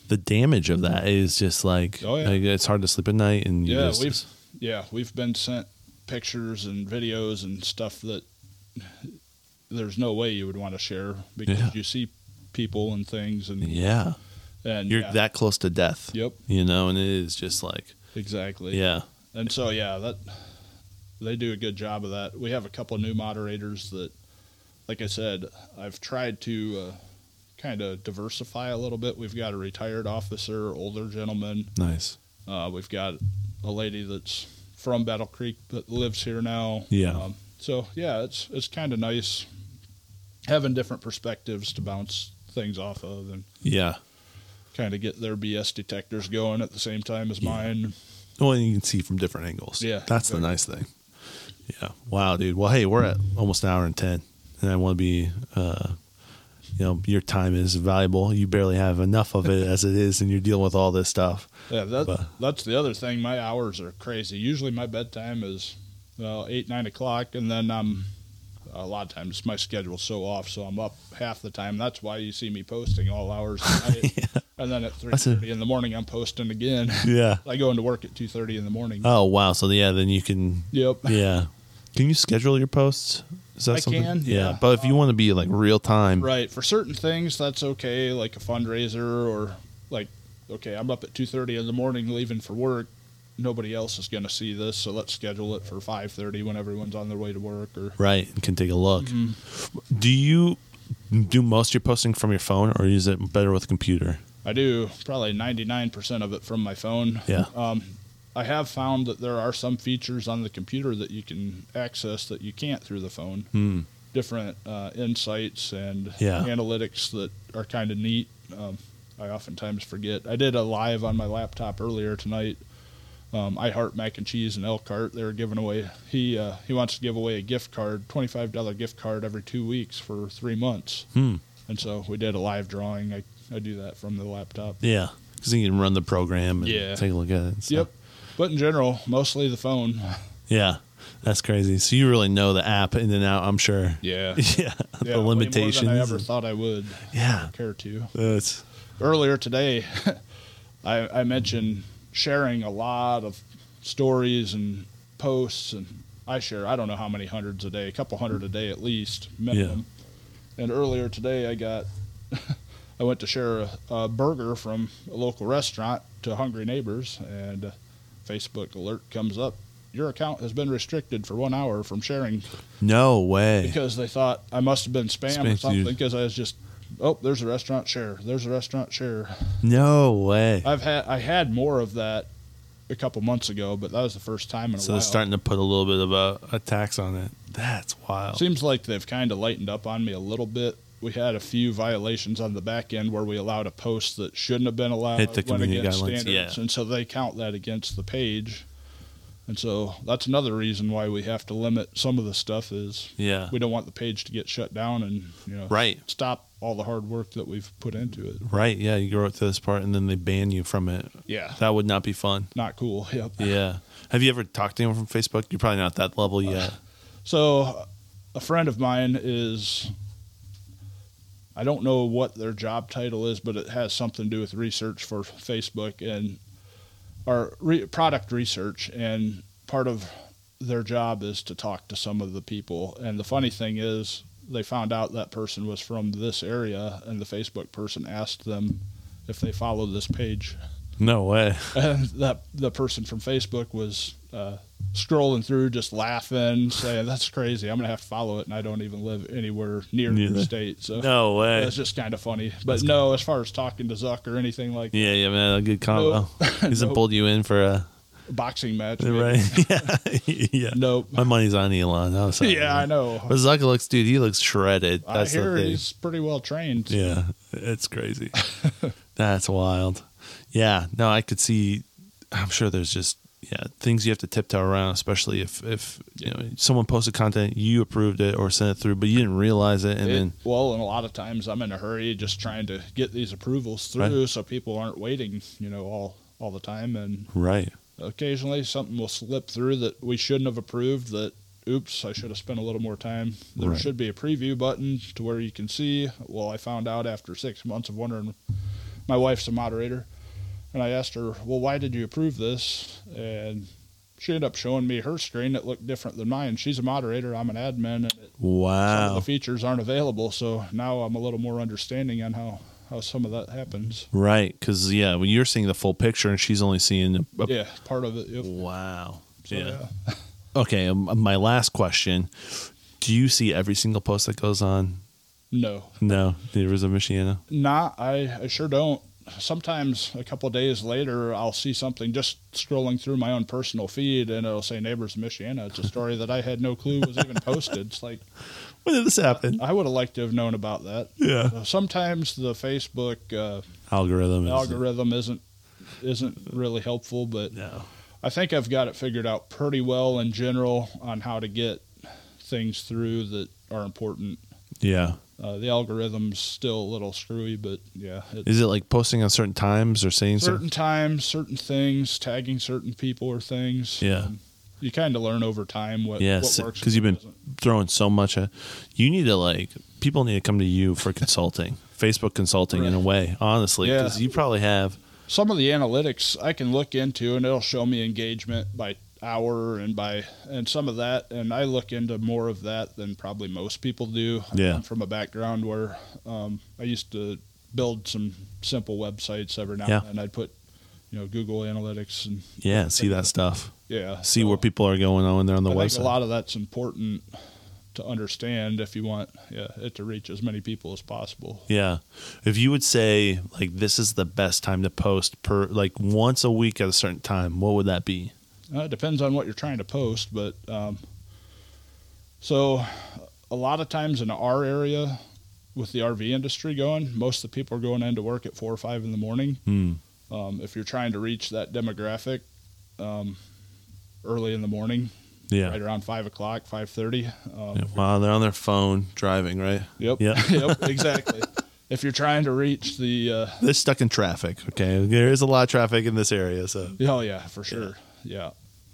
[SPEAKER 1] the damage of that is just like,
[SPEAKER 2] Mm-hmm. Oh, yeah.
[SPEAKER 1] like, it's hard to sleep at night. And you
[SPEAKER 2] Yeah,
[SPEAKER 1] just-
[SPEAKER 2] we've yeah we've been sent pictures and videos and stuff that there's no way you would want to share because
[SPEAKER 1] Yeah.
[SPEAKER 2] you see people and things and
[SPEAKER 1] yeah,
[SPEAKER 2] and
[SPEAKER 1] you're
[SPEAKER 2] yeah.
[SPEAKER 1] that close to death,
[SPEAKER 2] yep
[SPEAKER 1] you know, and it is just like,
[SPEAKER 2] exactly
[SPEAKER 1] yeah,
[SPEAKER 2] and so yeah that they do a good job of that we have a couple new moderators that like i said i've tried to uh, kind of diversify a little bit we've got a retired officer older gentleman
[SPEAKER 1] nice.
[SPEAKER 2] Uh, we've got a lady that's from Battle Creek that lives here now.
[SPEAKER 1] Yeah.
[SPEAKER 2] Um, so yeah, it's it's kind of nice having different perspectives to bounce things off of and
[SPEAKER 1] Yeah.
[SPEAKER 2] kind of get their BS detectors going at the same time as mine.
[SPEAKER 1] Well, you can see from different angles.
[SPEAKER 2] Yeah,
[SPEAKER 1] That's the nice thing. Yeah. Wow, dude. Well, hey, we're at almost an hour and 10, and I want to be, uh, you know, your time is valuable. You barely have enough of it as it is, and you're dealing with all this stuff.
[SPEAKER 2] Yeah, that,
[SPEAKER 1] But-
[SPEAKER 2] that's the other thing. My hours are crazy. Usually my bedtime is well eight nine o'clock, and then I'm a lot of times my schedule's so off, so I'm up half the time. That's why you see me posting all hours, of the night. and then at three
[SPEAKER 1] a-
[SPEAKER 2] thirty in the morning I'm posting again.
[SPEAKER 1] Yeah.
[SPEAKER 2] I go into work at two thirty in the morning.
[SPEAKER 1] Oh, wow. So, yeah, then you can,
[SPEAKER 2] yep.
[SPEAKER 1] yeah. Can you schedule your posts? Is that
[SPEAKER 2] I
[SPEAKER 1] something?
[SPEAKER 2] can, yeah.
[SPEAKER 1] But if you want to be like real time,
[SPEAKER 2] Right. For certain things, that's okay, like a fundraiser or like, okay, I'm up at two thirty in the morning leaving for work. Nobody else is going to see this, so let's schedule it for five thirty when everyone's on their way to work. Or
[SPEAKER 1] right, and can take a look.
[SPEAKER 2] Mm-hmm.
[SPEAKER 1] Do you do most of your posting from your phone, or is it better with a computer?
[SPEAKER 2] I do probably ninety nine percent of it from my phone.
[SPEAKER 1] Yeah.
[SPEAKER 2] Um, I have found that there are some features on the computer that you can access that you can't through the phone.
[SPEAKER 1] Hmm.
[SPEAKER 2] Different uh, insights and
[SPEAKER 1] Yeah.
[SPEAKER 2] analytics that are kind of neat. Um, I oftentimes forget. I did a live on my laptop earlier tonight. Um, I heart mac and cheese and Elkhart. They're giving away. He uh, he wants to give away a gift card, twenty five dollar gift card every two weeks for three months.
[SPEAKER 1] Hmm.
[SPEAKER 2] And so we did a live drawing. I, I do that from the laptop.
[SPEAKER 1] Yeah, because you can run the program and
[SPEAKER 2] Yeah.
[SPEAKER 1] take a look at it. so-
[SPEAKER 2] Yep. But in general, mostly the phone.
[SPEAKER 1] Yeah, that's crazy. So you really know the app in and out, I'm sure.
[SPEAKER 2] Yeah.
[SPEAKER 1] Yeah, the
[SPEAKER 2] yeah way more than
[SPEAKER 1] limitations.
[SPEAKER 2] I ever
[SPEAKER 1] and-
[SPEAKER 2] thought I would
[SPEAKER 1] yeah,
[SPEAKER 2] care to.
[SPEAKER 1] that's
[SPEAKER 2] Earlier today, I, I mentioned sharing a lot of stories and posts, and I share I don't know how many hundreds a day, a couple hundred a day at least minimum. And earlier today, I got I went to share a, a burger from a local restaurant to hungry neighbors, and uh, Facebook alert comes up. Your account has been restricted for one hour from sharing
[SPEAKER 1] no way.
[SPEAKER 2] because they thought I must have been spam
[SPEAKER 1] Spam,
[SPEAKER 2] or something
[SPEAKER 1] dude.
[SPEAKER 2] because I was just oh there's a restaurant share there's a restaurant share
[SPEAKER 1] No way.
[SPEAKER 2] I've had I had more of that a couple months ago but that was the first time in a
[SPEAKER 1] So
[SPEAKER 2] while
[SPEAKER 1] they're starting to put a little bit of a, a tax on it. That's wild.
[SPEAKER 2] seems like they've kind of lightened up on me a little bit we had a few violations on the back end where we allowed a post that shouldn't have been allowed
[SPEAKER 1] Hit the
[SPEAKER 2] went
[SPEAKER 1] community
[SPEAKER 2] against
[SPEAKER 1] guidelines,
[SPEAKER 2] standards
[SPEAKER 1] yeah.
[SPEAKER 2] and so they count that against the page and so that's another reason why we have to limit some of the stuff is
[SPEAKER 1] yeah.
[SPEAKER 2] we don't want the page to get shut down and you know
[SPEAKER 1] Right.
[SPEAKER 2] stop all the hard work that we've put into it
[SPEAKER 1] Right. Yeah. You grow up to this part and then they ban you from it.
[SPEAKER 2] Yeah.
[SPEAKER 1] That would not be fun.
[SPEAKER 2] Not cool. Yep.
[SPEAKER 1] Yeah. Have you ever talked to anyone from Facebook? You're probably not at that level
[SPEAKER 2] Uh,
[SPEAKER 1] yet.
[SPEAKER 2] So, a friend of mine is, I don't know what their job title is, but it has something to do with research for Facebook and our re- product research. And part of their job is to talk to some of the people. And the funny thing is, they found out that person was from this area, and the Facebook person asked them if they follow this page.
[SPEAKER 1] No way.
[SPEAKER 2] and that the person from Facebook was uh, scrolling through, just laughing, saying, "That's crazy. I'm gonna have to follow it." And I don't even live anywhere near
[SPEAKER 1] Neither.
[SPEAKER 2] the state, so
[SPEAKER 1] No way.
[SPEAKER 2] that's just kind of funny. But no, as far as talking to Zuck or anything like
[SPEAKER 1] Yeah, yeah, man. A good
[SPEAKER 2] Oh.
[SPEAKER 1] combo. He's
[SPEAKER 2] Nope.
[SPEAKER 1] pulled you in for a
[SPEAKER 2] a boxing match, man.
[SPEAKER 1] right. yeah, yeah.
[SPEAKER 2] Nope.
[SPEAKER 1] My money's on Elon. I'm sorry,
[SPEAKER 2] Yeah, I
[SPEAKER 1] man.
[SPEAKER 2] know.
[SPEAKER 1] But Zuck looks, dude. He looks shredded. That's
[SPEAKER 2] I hear
[SPEAKER 1] the thing.
[SPEAKER 2] he's pretty well trained.
[SPEAKER 1] Yeah, it's crazy. That's wild. Yeah, no, I could see. I'm sure there's just yeah things you have to tiptoe around, especially if if you know someone posted content, you approved it or sent it through, but you didn't realize it, and
[SPEAKER 2] It-
[SPEAKER 1] then
[SPEAKER 2] well, and a lot of times I'm in a hurry, just trying to get these approvals through, so people aren't waiting, you know, all all the time. And
[SPEAKER 1] right,
[SPEAKER 2] occasionally something will slip through that we shouldn't have approved. That oops, I should have spent a little more time. There
[SPEAKER 1] Right.
[SPEAKER 2] should be a preview button to where you can see. Well, I found out after six months of wondering. My wife's a moderator, and I asked her, "Well, why did you approve this?" And she ended up showing me her screen that looked different than mine. She's a moderator. I'm an admin, and some of the
[SPEAKER 1] wow,
[SPEAKER 2] features aren't available. So now I'm a little more understanding on how, how some of that happens.
[SPEAKER 1] right, because yeah, when you're seeing the full picture and she's only seeing a,
[SPEAKER 2] Yeah, part of it. Yep.
[SPEAKER 1] wow,
[SPEAKER 2] So,
[SPEAKER 1] yeah. Okay, um, my last question: Do you see every single post that goes on?
[SPEAKER 2] No,
[SPEAKER 1] No, the Rizzo Michiana.
[SPEAKER 2] not I, I sure don't. Sometimes a couple days later, I'll see something just scrolling through my own personal feed, and it'll say "Neighbors of Michiana." It's a story that I had no clue was even posted. It's like
[SPEAKER 1] When did this happen?
[SPEAKER 2] I would have liked to have known about that.
[SPEAKER 1] Yeah,
[SPEAKER 2] So sometimes the Facebook uh,
[SPEAKER 1] algorithm. is-
[SPEAKER 2] algorithm isn't isn't really helpful, but
[SPEAKER 1] No.
[SPEAKER 2] I think I've got it figured out pretty well in general on how to get things through that are important.
[SPEAKER 1] Yeah.
[SPEAKER 2] Uh, the algorithm's still a little screwy, but yeah, it,
[SPEAKER 1] Is it like posting on certain times or saying certain?
[SPEAKER 2] certain times, certain things, tagging certain people or things.
[SPEAKER 1] Yeah.
[SPEAKER 2] Um, you kind of learn over time what
[SPEAKER 1] Yeah,
[SPEAKER 2] what
[SPEAKER 1] si-
[SPEAKER 2] works
[SPEAKER 1] 'cause
[SPEAKER 2] and
[SPEAKER 1] you've
[SPEAKER 2] what
[SPEAKER 1] been-
[SPEAKER 2] doesn't.
[SPEAKER 1] Throwing so much. At, you need to like people need to come to you for consulting, Facebook consulting in a way, honestly,
[SPEAKER 2] Yeah.
[SPEAKER 1] because you probably have.
[SPEAKER 2] some of the analytics I can look into and it'll show me engagement by hour and by and some of that and I look into more of that than probably most people do.
[SPEAKER 1] Yeah.
[SPEAKER 2] I'm from a background where um, I used to build some simple websites every now
[SPEAKER 1] Yeah.
[SPEAKER 2] and then. I'd put you know Google Analytics and
[SPEAKER 1] Yeah, see that stuff.
[SPEAKER 2] yeah
[SPEAKER 1] See
[SPEAKER 2] so
[SPEAKER 1] where people are going on when they're on the
[SPEAKER 2] I
[SPEAKER 1] website.
[SPEAKER 2] think a lot of that's important to understand if you want yeah it to reach as many people as possible.
[SPEAKER 1] Yeah. If you would say like this is the best time to post per like once a week at a certain time, what would that be?
[SPEAKER 2] Uh, it depends on what you're trying to post, but um, so a lot of times in our area with the RV industry going, most of the people are going into work at four or five in the morning.
[SPEAKER 1] Hmm.
[SPEAKER 2] Um, if you're trying to reach that demographic um, early in the morning,
[SPEAKER 1] Yeah.
[SPEAKER 2] right around five o'clock, five thirty. Um,
[SPEAKER 1] Yeah, Wow, they're on their phone driving, right?
[SPEAKER 2] Yep.
[SPEAKER 1] Yeah.
[SPEAKER 2] yep. Exactly. If you're trying to reach the uh,
[SPEAKER 1] They're stuck in traffic. Okay, there is a lot of traffic in this area, so
[SPEAKER 2] Oh yeah, for sure. Yeah.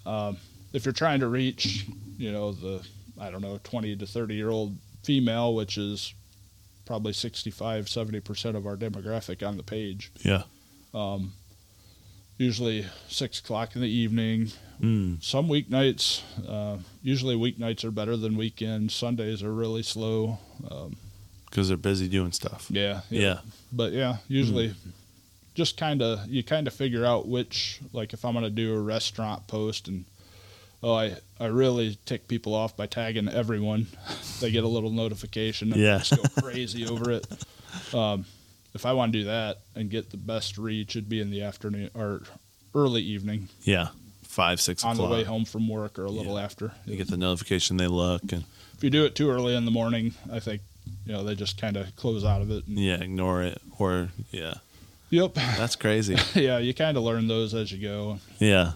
[SPEAKER 2] Um, if you're trying to reach, you know, the I don't know, 20 to 30 year old female, which is probably 65, 70 percent of our demographic on the page.
[SPEAKER 1] yeah.
[SPEAKER 2] Um, usually six o'clock in the evening.
[SPEAKER 1] Mm.
[SPEAKER 2] Some weeknights, uh, usually weeknights are better than weekends. Sundays are really slow. Um,
[SPEAKER 1] because they're busy doing stuff.
[SPEAKER 2] yeah,
[SPEAKER 1] Yeah.
[SPEAKER 2] but yeah, usually
[SPEAKER 1] Hmm.
[SPEAKER 2] just kind of you kind of figure out which like if I'm gonna do a restaurant post and oh I I really tick people off by tagging everyone, they get a little notification and
[SPEAKER 1] Yeah.
[SPEAKER 2] just go crazy over it. Um, if I want to do that and get the best reach, it'd be in the afternoon or early evening
[SPEAKER 1] Yeah. Five, six
[SPEAKER 2] on
[SPEAKER 1] o'clock.
[SPEAKER 2] the way home from work or a little after.
[SPEAKER 1] You get the notification, they look, and
[SPEAKER 2] If you do it too early in the morning, I think you know they just kind of close out of it. And,
[SPEAKER 1] yeah, ignore it. Or, yeah.
[SPEAKER 2] Yep.
[SPEAKER 1] That's crazy.
[SPEAKER 2] yeah, you kind of learn those as you go.
[SPEAKER 1] yeah.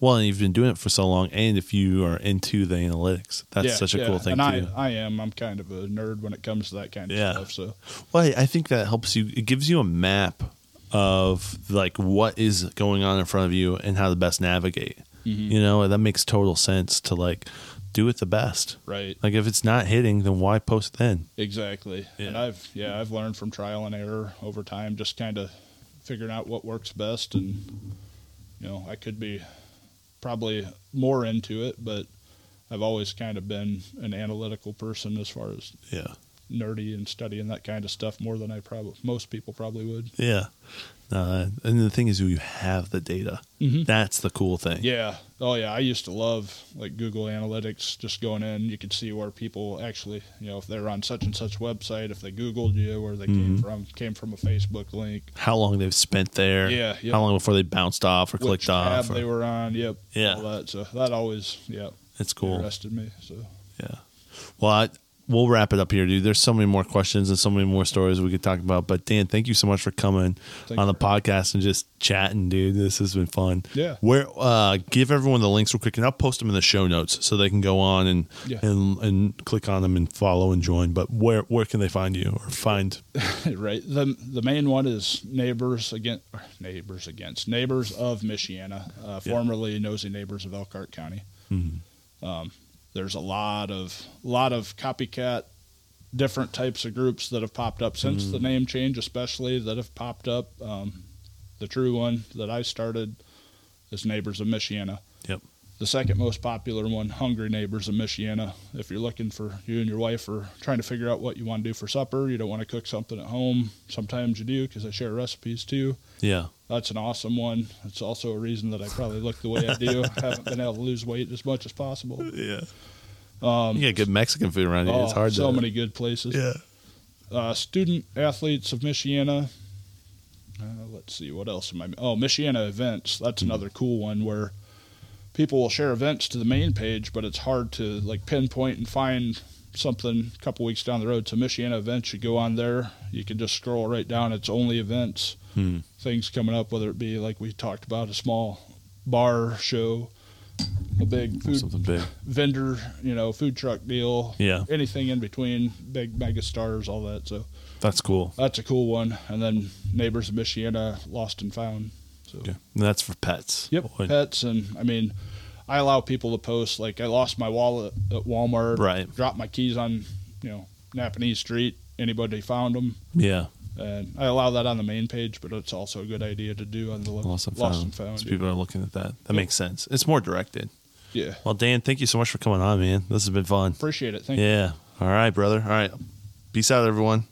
[SPEAKER 1] Well, and you've been doing it for so long. And if you are into the analytics, that's such a cool thing,
[SPEAKER 2] And I,
[SPEAKER 1] too.
[SPEAKER 2] I am. I'm kind of a nerd when it comes to that kind of
[SPEAKER 1] Yeah.
[SPEAKER 2] stuff. So
[SPEAKER 1] Well, I- I think that helps you. It gives you a map of like what is going on in front of you and how to best navigate.
[SPEAKER 2] Mm-hmm.
[SPEAKER 1] You know, and that makes total sense to like do it the best.
[SPEAKER 2] right,
[SPEAKER 1] Like if it's not hitting, then why post then?
[SPEAKER 2] exactly. And
[SPEAKER 1] Yeah.
[SPEAKER 2] I've yeah, I've learned from trial and error over time, just kind of figuring out what works best. And you know, I could be probably more into it, but I've always kind of been an analytical person as far as
[SPEAKER 1] Yeah.
[SPEAKER 2] nerdy and studying that kind of stuff more than I probably most people probably would.
[SPEAKER 1] Yeah. Uh, and the thing is, you have the data. That's the cool thing.
[SPEAKER 2] Mm-hmm. Yeah. Oh yeah. I used to love like Google Analytics. Just going in, you could see where people actually, you know, if they're on such and such website, if they Googled you, where they
[SPEAKER 1] Mm-hmm.
[SPEAKER 2] came from, came from a Facebook link,
[SPEAKER 1] How long they've spent there?
[SPEAKER 2] Yeah, yep.
[SPEAKER 1] How long before they bounced off or
[SPEAKER 2] which
[SPEAKER 1] clicked off?
[SPEAKER 2] tab
[SPEAKER 1] or-
[SPEAKER 2] they were on. Yep.
[SPEAKER 1] Yeah.
[SPEAKER 2] All that. So that always, yeah,
[SPEAKER 1] it's cool.
[SPEAKER 2] interested me. So
[SPEAKER 1] Yeah. Well, I, we'll wrap it up here, dude. There's so many more questions and so many more stories we could talk about. But Dan, thank you so much for coming
[SPEAKER 2] Thanks
[SPEAKER 1] on the
[SPEAKER 2] for-
[SPEAKER 1] podcast and just chatting, dude. This has been fun.
[SPEAKER 2] Yeah.
[SPEAKER 1] Where uh, give everyone the links real quick, and I'll post them in the show notes so they can go on and
[SPEAKER 2] Yeah.
[SPEAKER 1] and and click on them and follow and join. But where where can they find you or find?
[SPEAKER 2] right. The the main one is neighbors against neighbors against neighbors of Michiana, uh, formerly Nosy Neighbors of Elkhart County.
[SPEAKER 1] mm-hmm.
[SPEAKER 2] Um, there's a lot of lot of copycat different types of groups that have popped up since the name change, especially that have popped up. Um, the true one that I started is Neighbors of Michiana.
[SPEAKER 1] Yep.
[SPEAKER 2] The second most popular one, Hungry Neighbors of Michiana. If you're looking for you and your wife are trying to figure out what you want to do for supper, you don't want to cook something at home. Sometimes you do because I share recipes too.
[SPEAKER 1] Yeah.
[SPEAKER 2] That's an awesome one. It's also a reason that I probably look the way I do. I haven't been able to lose weight as much as possible.
[SPEAKER 1] Yeah. Um, you got good Mexican food around here. it's
[SPEAKER 2] Oh,
[SPEAKER 1] hard.
[SPEAKER 2] so
[SPEAKER 1] to,
[SPEAKER 2] many good places.
[SPEAKER 1] Yeah.
[SPEAKER 2] Uh, student athletes of Michiana. Uh, let's see, what else am I? Oh, Michiana events. That's
[SPEAKER 1] Hmm.
[SPEAKER 2] another cool one where people will share events to the main page, but it's hard to like pinpoint and find something a couple weeks down the road. So Michiana events, you go on there, you can just scroll right down. It's only events,
[SPEAKER 1] Hmm.
[SPEAKER 2] things coming up, whether it be like we talked about a small bar show, a big food
[SPEAKER 1] Something big.
[SPEAKER 2] vendor, you know, food truck deal,
[SPEAKER 1] Yeah.
[SPEAKER 2] anything in between, big mega stars, all that. So
[SPEAKER 1] That's cool.
[SPEAKER 2] that's a cool one. And then Neighbors of Michiana, Lost and Found. So
[SPEAKER 1] Yeah. And that's for pets.
[SPEAKER 2] yep,
[SPEAKER 1] When-
[SPEAKER 2] pets and I mean, I allow people to post like I lost my wallet at Walmart,
[SPEAKER 1] Right.
[SPEAKER 2] Dropped my keys on you know Napanee Street. Anybody found them?
[SPEAKER 1] Yeah.
[SPEAKER 2] And I allow that on the main page, but it's also a good idea to do on the lo-
[SPEAKER 1] Lost and found. So
[SPEAKER 2] yeah.
[SPEAKER 1] people are looking at that. That makes sense. It's more directed.
[SPEAKER 2] Yeah,
[SPEAKER 1] Well, Dan, thank you so much for coming on, man. This has been fun.
[SPEAKER 2] appreciate it. Thank you.
[SPEAKER 1] Yeah. All right, brother. All right. Peace out, everyone.